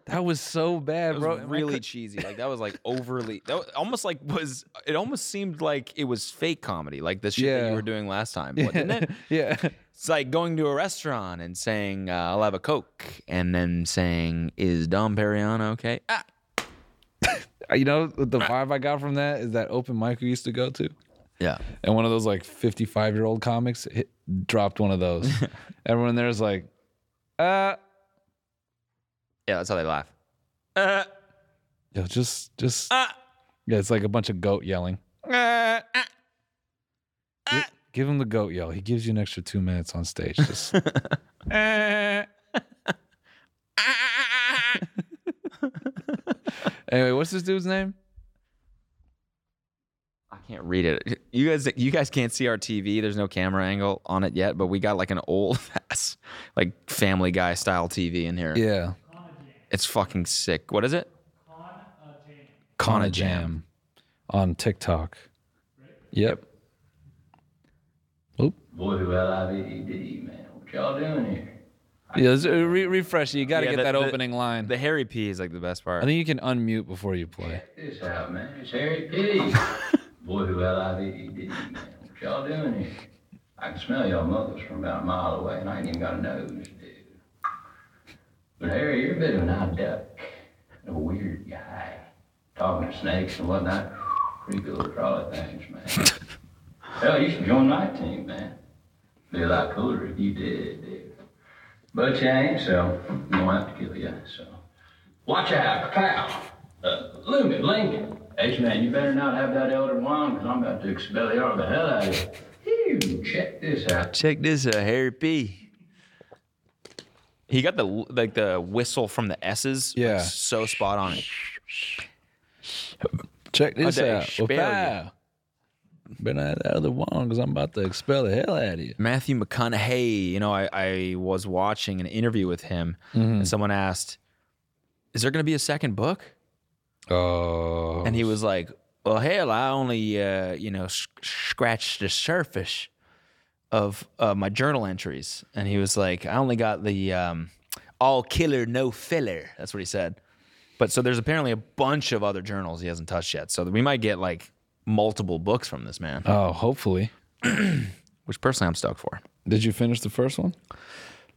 [SPEAKER 2] That was so bad,
[SPEAKER 1] It was
[SPEAKER 2] bro. And I
[SPEAKER 1] really
[SPEAKER 2] could-
[SPEAKER 1] cheesy. Like that was like overly. That was, almost like was. It almost seemed like it was fake comedy, like the shit that
[SPEAKER 2] Yeah.
[SPEAKER 1] you were doing last time, wasn't it?
[SPEAKER 2] yeah.
[SPEAKER 1] It's like going to a restaurant and saying, uh, "I'll have a coke," and then saying, "Is Dom Perignon okay?" Ah,
[SPEAKER 2] Uh, You know the vibe I got from that is that open mic we used to go to,
[SPEAKER 1] yeah.
[SPEAKER 2] and one of those like fifty-five year old comics hit, dropped one of those. Everyone there's like, uh,
[SPEAKER 1] Yeah, that's how they laugh. Uh, ah,
[SPEAKER 2] yo, just just yeah, it's like a bunch of goat yelling. Gi- Give him the goat yell. He gives you an extra two minutes on stage. Just
[SPEAKER 1] ah,
[SPEAKER 2] anyway, what's this dude's name?
[SPEAKER 1] I can't read it. You guys, you guys can't see our TV. There's no camera angle on it yet, but we got like an old ass, like Family Guy style TV in here.
[SPEAKER 2] Yeah,
[SPEAKER 1] It's fucking sick. What is it?
[SPEAKER 2] Kana
[SPEAKER 1] Conajam.
[SPEAKER 2] Jam on TikTok. Yep. Oop.
[SPEAKER 13] Boy, who L-I-V-E-D, man. What y'all doing here?
[SPEAKER 2] Yeah, let's, uh, re- refresh it. You got to
[SPEAKER 1] Yeah,
[SPEAKER 2] get
[SPEAKER 1] the-
[SPEAKER 2] that
[SPEAKER 1] the-
[SPEAKER 2] opening line.
[SPEAKER 1] The Harry P is like the best part.
[SPEAKER 2] I think you can unmute before you play.
[SPEAKER 13] This out, man. It's Harry P. Boy, who L-I-V-E-D, man. What y'all doing here? I can smell y'all mothers from about a mile away, and I ain't even got a nose, dude. But Harry, you're a bit of an odd duck. A weird guy. Talking to snakes and whatnot. Pretty cool crawly things, man. Hell, you should join my team, man. Be a lot cooler if you did, dude. But you ain't, so I'm gonna have to kill you, so. Watch out, pow! Uh, Lumen, Lincoln. H man, you better not have that elder wand, because I'm about to expelliarm the hell out of you. Phew, check this out.
[SPEAKER 1] Check this out, Harry P. He got the like the whistle from the S's. like,
[SPEAKER 2] Yeah.
[SPEAKER 1] so spot on it.
[SPEAKER 2] Check this
[SPEAKER 1] they
[SPEAKER 2] out.
[SPEAKER 1] expel you.
[SPEAKER 2] Wow. Been out of the one because I'm about to expel the hell out of you.
[SPEAKER 1] Matthew McConaughey. You know, I, I was watching an interview with him, and someone asked, "Is there going to be a second book?"
[SPEAKER 2] Oh.
[SPEAKER 1] And he was like, "Well, hell, I only uh, you know sc- scratched the surface of uh, my journal entries." And he was like, "I only got the um, all killer, no filler." That's what he said. But so there's apparently a bunch of other journals he hasn't touched yet. So we might get like multiple books from this man,
[SPEAKER 2] Oh, hopefully.
[SPEAKER 1] which personally I'm stoked for.
[SPEAKER 2] Did you finish the first one?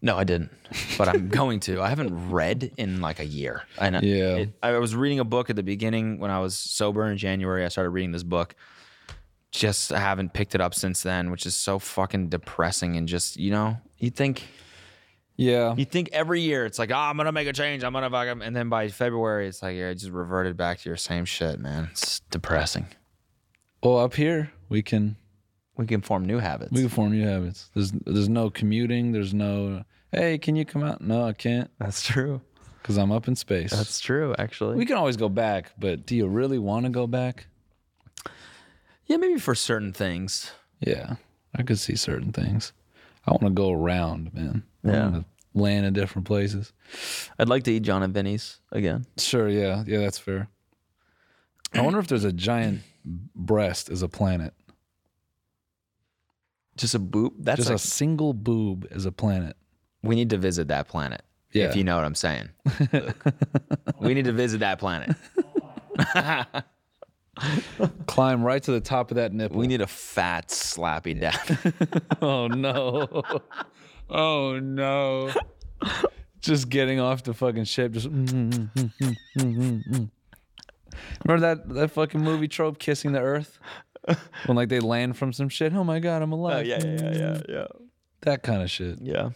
[SPEAKER 1] No, I didn't, but I'm going to. I haven't read in like a year. I know.
[SPEAKER 2] Yeah.
[SPEAKER 1] It- I was reading a book at the beginning when I was sober in January. I started reading this book. Just I haven't picked it up since then, which is so fucking depressing. And just you know, you think
[SPEAKER 2] Yeah.
[SPEAKER 1] you think every year it's like, oh, I'm gonna make a change. I'm gonna fuck. 'em," And then by February, it's like, yeah, I just reverted back to your same shit, man. It's depressing.
[SPEAKER 2] Well, up here we can
[SPEAKER 1] We can form new habits.
[SPEAKER 2] we can form new habits. There's there's no commuting. There's no hey, can you come out? No, I can't
[SPEAKER 1] That's true.
[SPEAKER 2] because I'm up in space.
[SPEAKER 1] That's true, actually.
[SPEAKER 2] we can always go back, but do you really want to go back?
[SPEAKER 1] yeah, maybe for certain things.
[SPEAKER 2] Yeah, I could see certain things. I want to go around, man. I
[SPEAKER 1] Yeah.
[SPEAKER 2] wanna land in different places.
[SPEAKER 1] I'd like to eat John and Vinny's again.
[SPEAKER 2] Sure, yeah, yeah, that's fair. I wonder if there's a giant breast as a planet.
[SPEAKER 1] Just a boob. That's
[SPEAKER 2] just a,
[SPEAKER 1] like-
[SPEAKER 2] single boob as a planet.
[SPEAKER 1] We need to visit that planet.
[SPEAKER 2] Yeah.
[SPEAKER 1] If you know what I'm saying. we need to visit that planet.
[SPEAKER 2] Climb right to the top of that nipple.
[SPEAKER 1] We need a fat slappy dad.
[SPEAKER 2] oh no. Oh no. Just getting off the fucking ship. Just mm, remember mm, that that fucking movie trope, kissing the earth, when like they land from some shit. Oh my god, I'm alive.
[SPEAKER 1] yeah.
[SPEAKER 2] That kind of shit.
[SPEAKER 1] Yeah.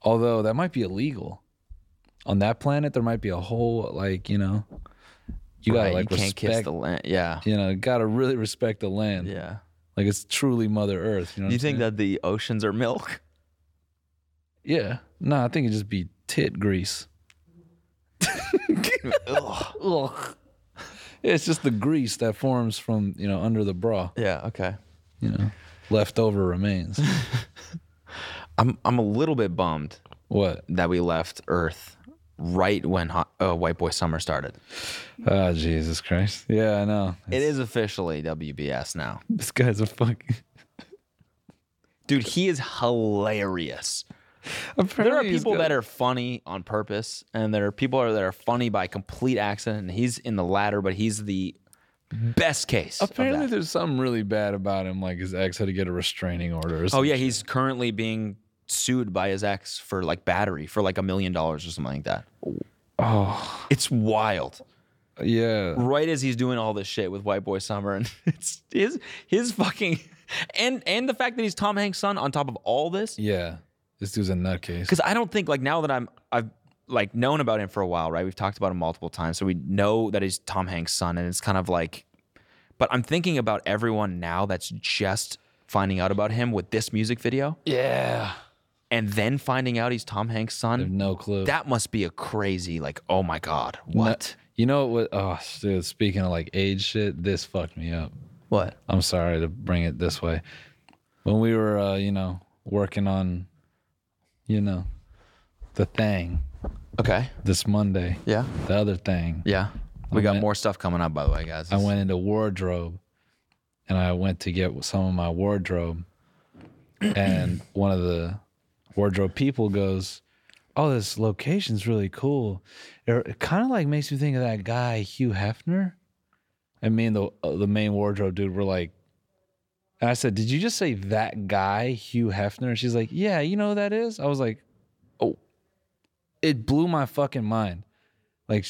[SPEAKER 2] Although that might be illegal. On that planet, there might be a whole like you know, you gotta
[SPEAKER 1] Right,
[SPEAKER 2] like
[SPEAKER 1] you can't
[SPEAKER 2] respect.
[SPEAKER 1] kiss the land. Yeah.
[SPEAKER 2] You know, gotta really respect the land.
[SPEAKER 1] Yeah.
[SPEAKER 2] Like it's truly Mother Earth. You know. what
[SPEAKER 1] Do you
[SPEAKER 2] I'm
[SPEAKER 1] think that the oceans are milk?
[SPEAKER 2] Yeah. No, I think it'd just be tit grease. Ugh. It's just the grease that forms from, you know, under the bra,
[SPEAKER 1] Yeah, okay.
[SPEAKER 2] you know, leftover remains.
[SPEAKER 1] I'm I'm a little bit bummed
[SPEAKER 2] What?
[SPEAKER 1] that we left Earth right when hot, uh, White Boy Summer started.
[SPEAKER 2] Oh, Jesus Christ. Yeah, I know.
[SPEAKER 1] It is officially WBS now.
[SPEAKER 2] This guy's a fucking.
[SPEAKER 1] Dude, he is hilarious. there are
[SPEAKER 2] Apparently he's
[SPEAKER 1] people
[SPEAKER 2] got-
[SPEAKER 1] that are funny on purpose, and there are people that are funny by complete accident. And he's in the latter, but he's the best case. of
[SPEAKER 2] Apparently
[SPEAKER 1] that.
[SPEAKER 2] there's something really bad about him. Like his ex had to get a restraining order. Or
[SPEAKER 1] Oh
[SPEAKER 2] something.
[SPEAKER 1] yeah, he's currently being sued by his ex for like battery for like a million dollars or something like that.
[SPEAKER 2] Oh,
[SPEAKER 1] It's wild.
[SPEAKER 2] yeah.
[SPEAKER 1] Right as he's doing all this shit with White Boy Summer, and it's his his fucking and and the fact that he's Tom Hanks' son on top of all this.
[SPEAKER 2] Yeah. This dude's a nutcase.
[SPEAKER 1] because I don't think like now that I'm I've like known about him for a while, right? We've talked about him multiple times, so we know that he's Tom Hanks' son, and it's kind of like. But I'm thinking about everyone now that's just finding out about him with this music video,
[SPEAKER 2] Yeah.
[SPEAKER 1] and then finding out he's Tom Hanks'
[SPEAKER 2] I have
[SPEAKER 1] son.
[SPEAKER 2] no clue.
[SPEAKER 1] That must be a crazy like. Oh my god,
[SPEAKER 2] No-
[SPEAKER 1] what?
[SPEAKER 2] you know what? Oh, dude, speaking of like age shit, this fucked me up.
[SPEAKER 1] What?
[SPEAKER 2] I'm sorry to bring it this way. When we were, uh, you know, working on, you know, the thing
[SPEAKER 1] Okay.
[SPEAKER 2] this Monday,
[SPEAKER 1] Yeah.
[SPEAKER 2] the other thing,
[SPEAKER 1] Yeah. We
[SPEAKER 2] I
[SPEAKER 1] got
[SPEAKER 2] went-
[SPEAKER 1] more stuff coming up, by the way, guys.
[SPEAKER 2] I went into wardrobe and I went to get some of my wardrobe. And one of the wardrobe people goes, Oh, this location's really cool. Er, It, kind of like makes me think of that guy, Hugh Hefner. And me and the, uh, the main wardrobe dude were like, and I said, Did you just say that guy, Hugh Hefner? And she's like, Yeah, you know who that is? I was like, Oh, it blew my fucking mind. Like,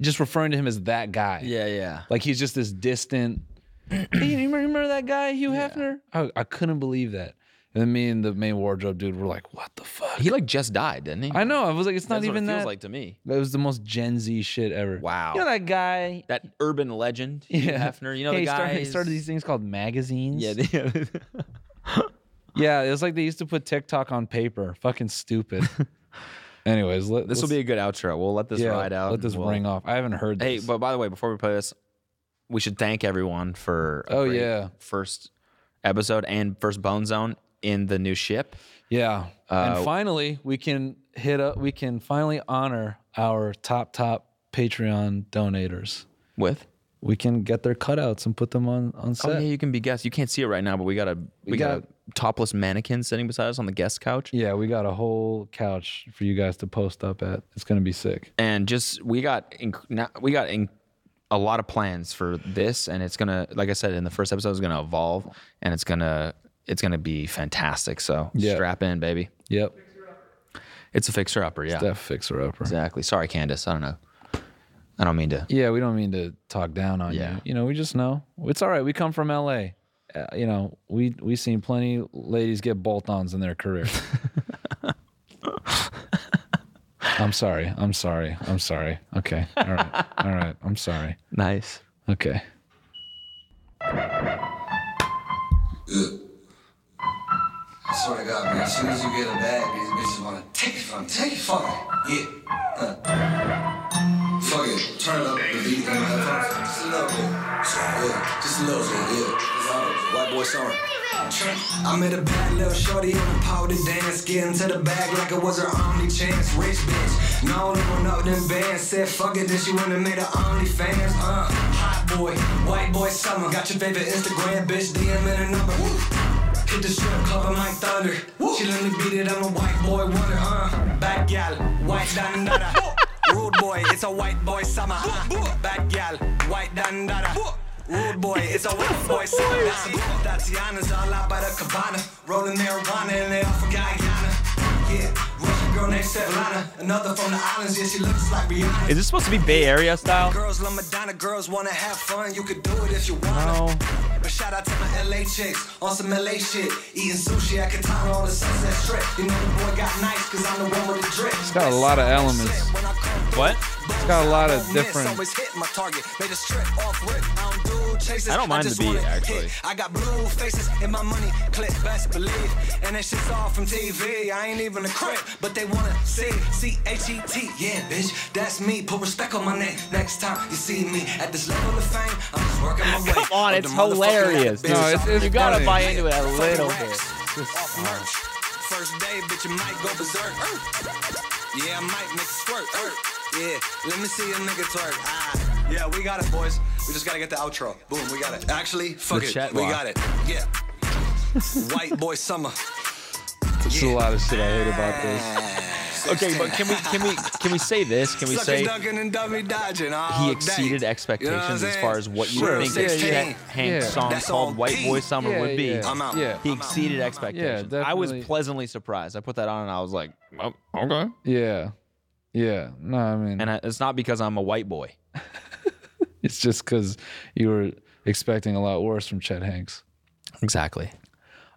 [SPEAKER 2] just referring to him as that guy.
[SPEAKER 1] Yeah, yeah.
[SPEAKER 2] Like he's just this distant. hey, you remember, remember that guy, Hugh Hefner? I, I couldn't believe that. And then me and the main wardrobe dude were like, "What the fuck?"
[SPEAKER 1] He like just died, didn't he?
[SPEAKER 2] I know. I was like, "It's not
[SPEAKER 1] That's
[SPEAKER 2] even
[SPEAKER 1] what it feels
[SPEAKER 2] that."
[SPEAKER 1] like to me.
[SPEAKER 2] that was the most Gen Z shit ever.
[SPEAKER 1] Wow.
[SPEAKER 2] You know that guy?
[SPEAKER 1] That urban legend, Hugh Hefner. You know
[SPEAKER 2] Hey,
[SPEAKER 1] the
[SPEAKER 2] he
[SPEAKER 1] guy
[SPEAKER 2] started- he started
[SPEAKER 1] is-
[SPEAKER 2] these things called magazines.
[SPEAKER 1] Yeah, the-
[SPEAKER 2] yeah. It was like they used to put TikTok on paper. Fucking stupid. Anyways, let,
[SPEAKER 1] this will
[SPEAKER 2] let's-
[SPEAKER 1] be a good outro. We'll let this
[SPEAKER 2] yeah,
[SPEAKER 1] ride out.
[SPEAKER 2] Let this
[SPEAKER 1] and we'll-
[SPEAKER 2] ring off. I haven't heard
[SPEAKER 1] Hey,
[SPEAKER 2] this.
[SPEAKER 1] but by the way, before we play this, we should thank everyone for a
[SPEAKER 2] Oh,
[SPEAKER 1] great
[SPEAKER 2] yeah.
[SPEAKER 1] first episode and first Bone Zone in the new ship.
[SPEAKER 2] Yeah.
[SPEAKER 1] Uh,
[SPEAKER 2] and finally, we can hit up, we can finally honor our top, top Patreon donators.
[SPEAKER 1] With
[SPEAKER 2] We can get their cutouts and put them on, on
[SPEAKER 1] oh
[SPEAKER 2] set.
[SPEAKER 1] yeah, you can be guest. You can't see it right now, but we got a we, got,
[SPEAKER 2] got-
[SPEAKER 1] a topless mannequin sitting beside us on the guest couch.
[SPEAKER 2] yeah, we got a whole couch for you guys to post up at. It's going to be sick.
[SPEAKER 1] and just we got inc- now- we got in, a lot of plans for this and it's gonna like i said in the first episode it's gonna evolve and it's gonna it's gonna be fantastic so
[SPEAKER 2] Yeah.
[SPEAKER 1] strap in baby
[SPEAKER 2] Yep.
[SPEAKER 1] it's a fixer upper yeah
[SPEAKER 2] That fixer upper.
[SPEAKER 1] exactly sorry candace i don't know i don't mean to
[SPEAKER 2] Yeah, we don't mean to talk down on
[SPEAKER 1] Yeah.
[SPEAKER 2] you. You know, we just know it's all right. We come from LA. Uh, you know, we we seen plenty ladies get bolt-ons in their career. I'm sorry. I'm sorry. I'm sorry. Okay. All right. All right. I'm sorry.
[SPEAKER 1] nice
[SPEAKER 2] Okay.
[SPEAKER 5] Swear to God, man, as soon as you get a bag, these bitches wanna take it from, take it from me. Yeah. Uh. Fuck it, turn up the beat on my phone. Just a little bit. Yeah, just a little bit, yeah. It's all right. White boy summer. I met a bad little shorty on the powder dance. Get into the bag like it was her only chance. Rich bitch, no one up them bands. Said fuck it, then she went and made her OnlyFans. Uh, hot boy, white boy summer. Got your favorite Instagram bitch, DM in her number. Hit the strip club, I might thunder. She let me beat it, I'm a white boy wonder. Uh, bad gal, white dandada. Rude boy, it's a white boy summer. Uh, bad gal, white dandada. Rude boy, it's a white boy summer. That's- Tatiana's all out by the cabana. Rolling marijuana and they all from Guyana. Yeah, Russian girl named Svetlana. Another from the islands, yeah, she looks like Rihanna.
[SPEAKER 1] Is this supposed to be Bay Area style?
[SPEAKER 5] Girls love Madonna, girls wanna have fun. You could do it if you wanna. But shout out to my LA chicks on some LA shit. Eating sushi at Katana on the sunset strip. You know the boy got nice, cause I'm the one with the drip.
[SPEAKER 2] It's got a lot of elements.
[SPEAKER 1] What?
[SPEAKER 2] It's got a lot of different.
[SPEAKER 5] Always hit my target, made a strip off rip. I don't do chases.
[SPEAKER 1] I don't mind the
[SPEAKER 5] just
[SPEAKER 1] beat,
[SPEAKER 5] wanna
[SPEAKER 1] actually.
[SPEAKER 5] hit. I got blue faces in my money clip, best believe. And that shit's all from TV. I ain't even a crip, but they wanna see C H E T. Yeah, bitch, that's me. Put respect on my name next time you see me at this level of fame. I'm just working my way.
[SPEAKER 1] Come on,
[SPEAKER 5] up
[SPEAKER 1] it's
[SPEAKER 5] the motherfucking
[SPEAKER 1] hilarious.
[SPEAKER 5] business.
[SPEAKER 1] you gotta buy into it a little bit.
[SPEAKER 5] First day, bitch, you might go berserk. Er. Yeah, I might make it squirt. Er. Yeah, let me see a nigga twerk. Ah, yeah, we got it, boys. We just gotta get the outro. Boom, we got it. Actually, fuck
[SPEAKER 2] The
[SPEAKER 5] it,
[SPEAKER 2] chat
[SPEAKER 5] we
[SPEAKER 2] lock.
[SPEAKER 5] got it. Yeah. White boy summer.
[SPEAKER 2] There's a lot of shit I hate about this.
[SPEAKER 1] Okay, but can we can we can we say this? Can we
[SPEAKER 5] Suckers
[SPEAKER 1] say
[SPEAKER 5] dunking and dummy dodging all
[SPEAKER 1] he
[SPEAKER 5] day.
[SPEAKER 1] exceeded
[SPEAKER 5] You know what I'm
[SPEAKER 1] expectations as
[SPEAKER 5] saying?
[SPEAKER 1] far as what you
[SPEAKER 5] Sure,
[SPEAKER 1] would think a
[SPEAKER 5] 16.
[SPEAKER 1] Chet Hanks
[SPEAKER 5] Yeah.
[SPEAKER 1] song
[SPEAKER 5] That's
[SPEAKER 1] called
[SPEAKER 5] on
[SPEAKER 1] White
[SPEAKER 5] P.
[SPEAKER 1] Boy Summer
[SPEAKER 5] Yeah,
[SPEAKER 1] would be?
[SPEAKER 5] yeah. I'm out. Yeah.
[SPEAKER 1] He
[SPEAKER 5] I'm out.
[SPEAKER 1] exceeded
[SPEAKER 5] I'm out.
[SPEAKER 1] expectations.
[SPEAKER 2] Yeah,
[SPEAKER 1] I was
[SPEAKER 2] definitely.
[SPEAKER 1] pleasantly surprised. I put that on and I was like, oh, okay.
[SPEAKER 2] Yeah. Yeah. No, I mean,
[SPEAKER 1] And I, it's not because I'm a white boy.
[SPEAKER 2] it's just because you were expecting a lot worse from Chet Hanks.
[SPEAKER 1] Exactly.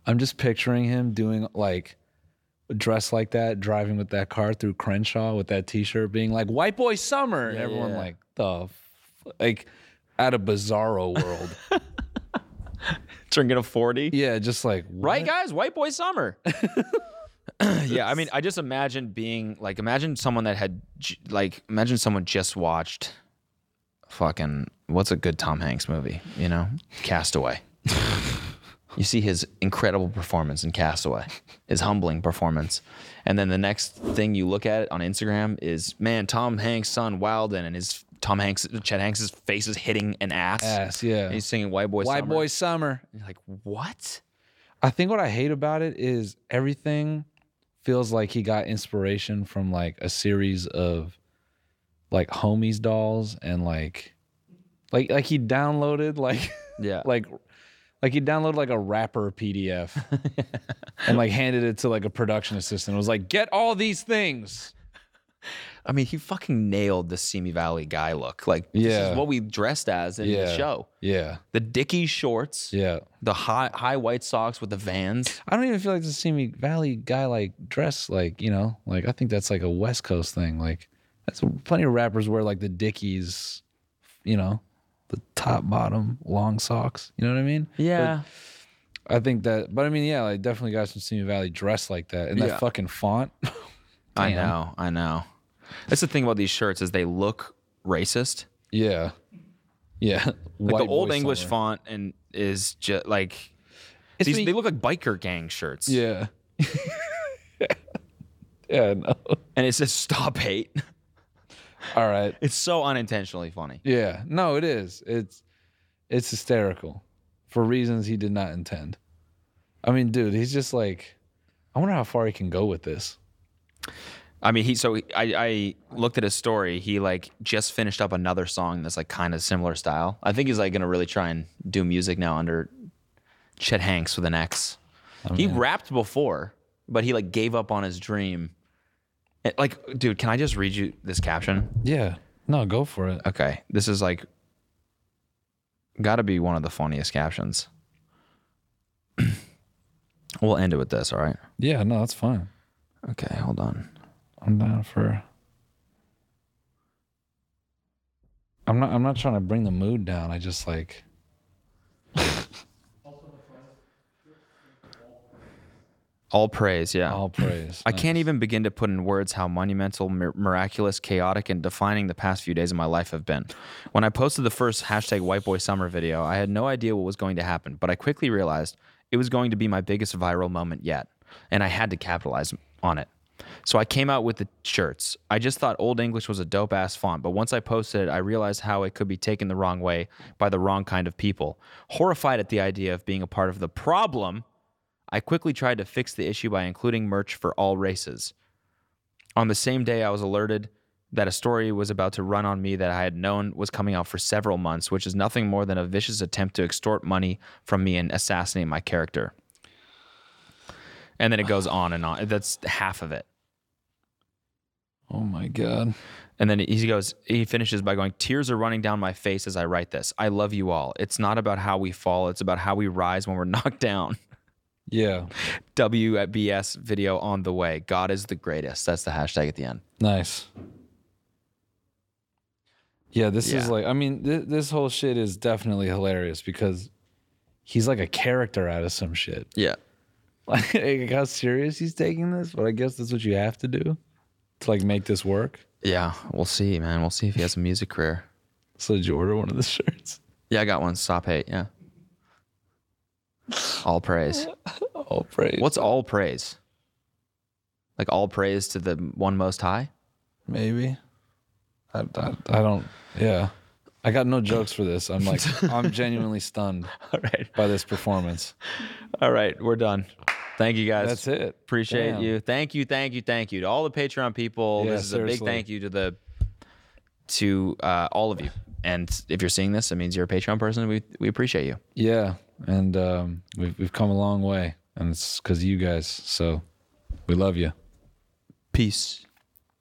[SPEAKER 2] I'm just picturing him doing like dressed like that, driving with that car through Crenshaw with that T-shirt, being like "White Boy Summer," and
[SPEAKER 1] Yeah,
[SPEAKER 2] everyone
[SPEAKER 1] yeah.
[SPEAKER 2] like the f-? like out of Bizarro world.
[SPEAKER 1] Drinking a 40.
[SPEAKER 2] Yeah, just like what?
[SPEAKER 1] Right, guys? White boy summer. yeah, I mean, I just imagine being like, imagine someone that had, j- like, imagine someone just watched fucking, what's a good Tom Hanks movie? You know, Castaway. you see his incredible performance in Castaway, his humbling performance. And then the next thing you look at on Instagram is, man, Tom Hanks' son, Wilden, and his. Tom Hanks, Chet Hanks' face is hitting an ass.
[SPEAKER 2] Ass, yeah.
[SPEAKER 1] And he's singing "White Boy
[SPEAKER 2] White
[SPEAKER 1] Summer."
[SPEAKER 2] Boy Summer.
[SPEAKER 1] You're like, what?
[SPEAKER 2] I think what I hate about it is everything feels like he got inspiration from like a series of like homies dolls and like like like he downloaded like
[SPEAKER 1] Yeah.
[SPEAKER 2] like like he downloaded like a rapper PDF and like handed it to like a production assistant. It was like, get all these things.
[SPEAKER 1] I mean, he fucking nailed the Simi Valley guy look. Like, this
[SPEAKER 2] Yeah.
[SPEAKER 1] is what we dressed as in the
[SPEAKER 2] Yeah.
[SPEAKER 1] show.
[SPEAKER 2] Yeah.
[SPEAKER 1] The Dickie shorts,
[SPEAKER 2] Yeah.
[SPEAKER 1] the high high white socks with the Vans.
[SPEAKER 2] I don't even feel like the Simi Valley guy like dress like, you know, like I think that's like a West Coast thing. Like that's plenty of rappers wear like the Dickies, you know, the top bottom long socks. You know what I mean?
[SPEAKER 1] Yeah.
[SPEAKER 2] I think that but I mean, yeah, like definitely guys from Simi Valley dress like that. And that
[SPEAKER 1] Yeah.
[SPEAKER 2] fucking font.
[SPEAKER 1] I
[SPEAKER 2] Damn.
[SPEAKER 1] know, I know. That's the thing about these shirts is they look racist.
[SPEAKER 2] Yeah. Yeah.
[SPEAKER 1] Like
[SPEAKER 2] White
[SPEAKER 1] the old
[SPEAKER 2] boy
[SPEAKER 1] English
[SPEAKER 2] summer.
[SPEAKER 1] font and is just like
[SPEAKER 2] It's
[SPEAKER 1] these,
[SPEAKER 2] when
[SPEAKER 1] they
[SPEAKER 2] you-
[SPEAKER 1] look like biker gang shirts.
[SPEAKER 2] Yeah. yeah, no.
[SPEAKER 1] And it says stop hate.
[SPEAKER 2] All right.
[SPEAKER 1] It's so unintentionally funny.
[SPEAKER 2] Yeah. No, it is. It's it's hysterical for reasons he did not intend. I mean, dude, he's just like I wonder how far he can go with this.
[SPEAKER 1] I mean, he so I, I looked at his story. He like just finished up another song that's like kind of similar style. I think he's like gonna really try and do music now under Chet Hanks with an X. he rapped before, but he like gave up on his dream. It- like, dude, can I just read you this caption?
[SPEAKER 2] Yeah. No, go for it.
[SPEAKER 1] Okay, this is like got to be one of the funniest captions. we'll end it with this. All right.
[SPEAKER 2] Yeah, no, that's fine.
[SPEAKER 1] Okay, hold on.
[SPEAKER 2] I'm down for I'm not I'm not trying to bring the mood down. I just like
[SPEAKER 1] All praise, yeah.
[SPEAKER 2] all praise.
[SPEAKER 1] I can't even begin to put in words how monumental, mir- miraculous, chaotic, and defining the past few days of my life have been. When I posted the first hashtag White Boy Summer video, I had no idea what was going to happen, but I quickly realized it was going to be my biggest viral moment yet, and I had to capitalize on it. So I came out with the shirts. I just thought Old English was a dope ass font, but once I posted it, I realized how it could be taken the wrong way by the wrong kind of people. Horrified at the idea of being a part of the problem, I quickly tried to fix the issue by including merch for all races. On the same day, I was alerted that a story was about to run on me that I had known was coming out for several months, which is nothing more than a vicious attempt to extort money from me and assassinate my character. And then it goes on and on. That's half of it.
[SPEAKER 2] Oh my God.
[SPEAKER 1] And then he goes, he finishes by going, Tears are running down my face as I write this. I love you all. It's not about how we fall, it's about how we rise when we're knocked down.
[SPEAKER 2] Yeah.
[SPEAKER 1] WBS video on the way. God is the greatest. That's the hashtag at the end.
[SPEAKER 2] Nice. Yeah, this
[SPEAKER 1] Yeah.
[SPEAKER 2] is like, I mean, th- this whole shit is definitely hilarious because he's like a character out of some shit.
[SPEAKER 1] Yeah.
[SPEAKER 2] Like, how serious he's taking this, but I guess that's what you have to do to like make this work.
[SPEAKER 1] Yeah. We'll see, man. We'll see if he has a music career.
[SPEAKER 2] So did you order one of the shirts?
[SPEAKER 1] Yeah, I got one. Stop hate. Yeah. All praise.
[SPEAKER 2] All praise.
[SPEAKER 1] What's all praise? Like all praise to the one most high?
[SPEAKER 2] Maybe. I, I, I don't. Yeah. I got no jokes for this. I'm like, I'm genuinely stunned
[SPEAKER 1] All right.
[SPEAKER 2] by this performance.
[SPEAKER 1] All right. We're done. Thank you guys.
[SPEAKER 2] That's it.
[SPEAKER 1] Appreciate
[SPEAKER 2] Damn.
[SPEAKER 1] you. Thank you. Thank you. Thank you to all the Patreon people.
[SPEAKER 2] Yeah,
[SPEAKER 1] this is a big
[SPEAKER 2] seriously.
[SPEAKER 1] thank you to the to uh, all of you. And if you're seeing this, it means you're a Patreon person. We we appreciate you.
[SPEAKER 2] Yeah, and um, we've we've come a long way, and it's because of you guys. So we love you.
[SPEAKER 1] Peace.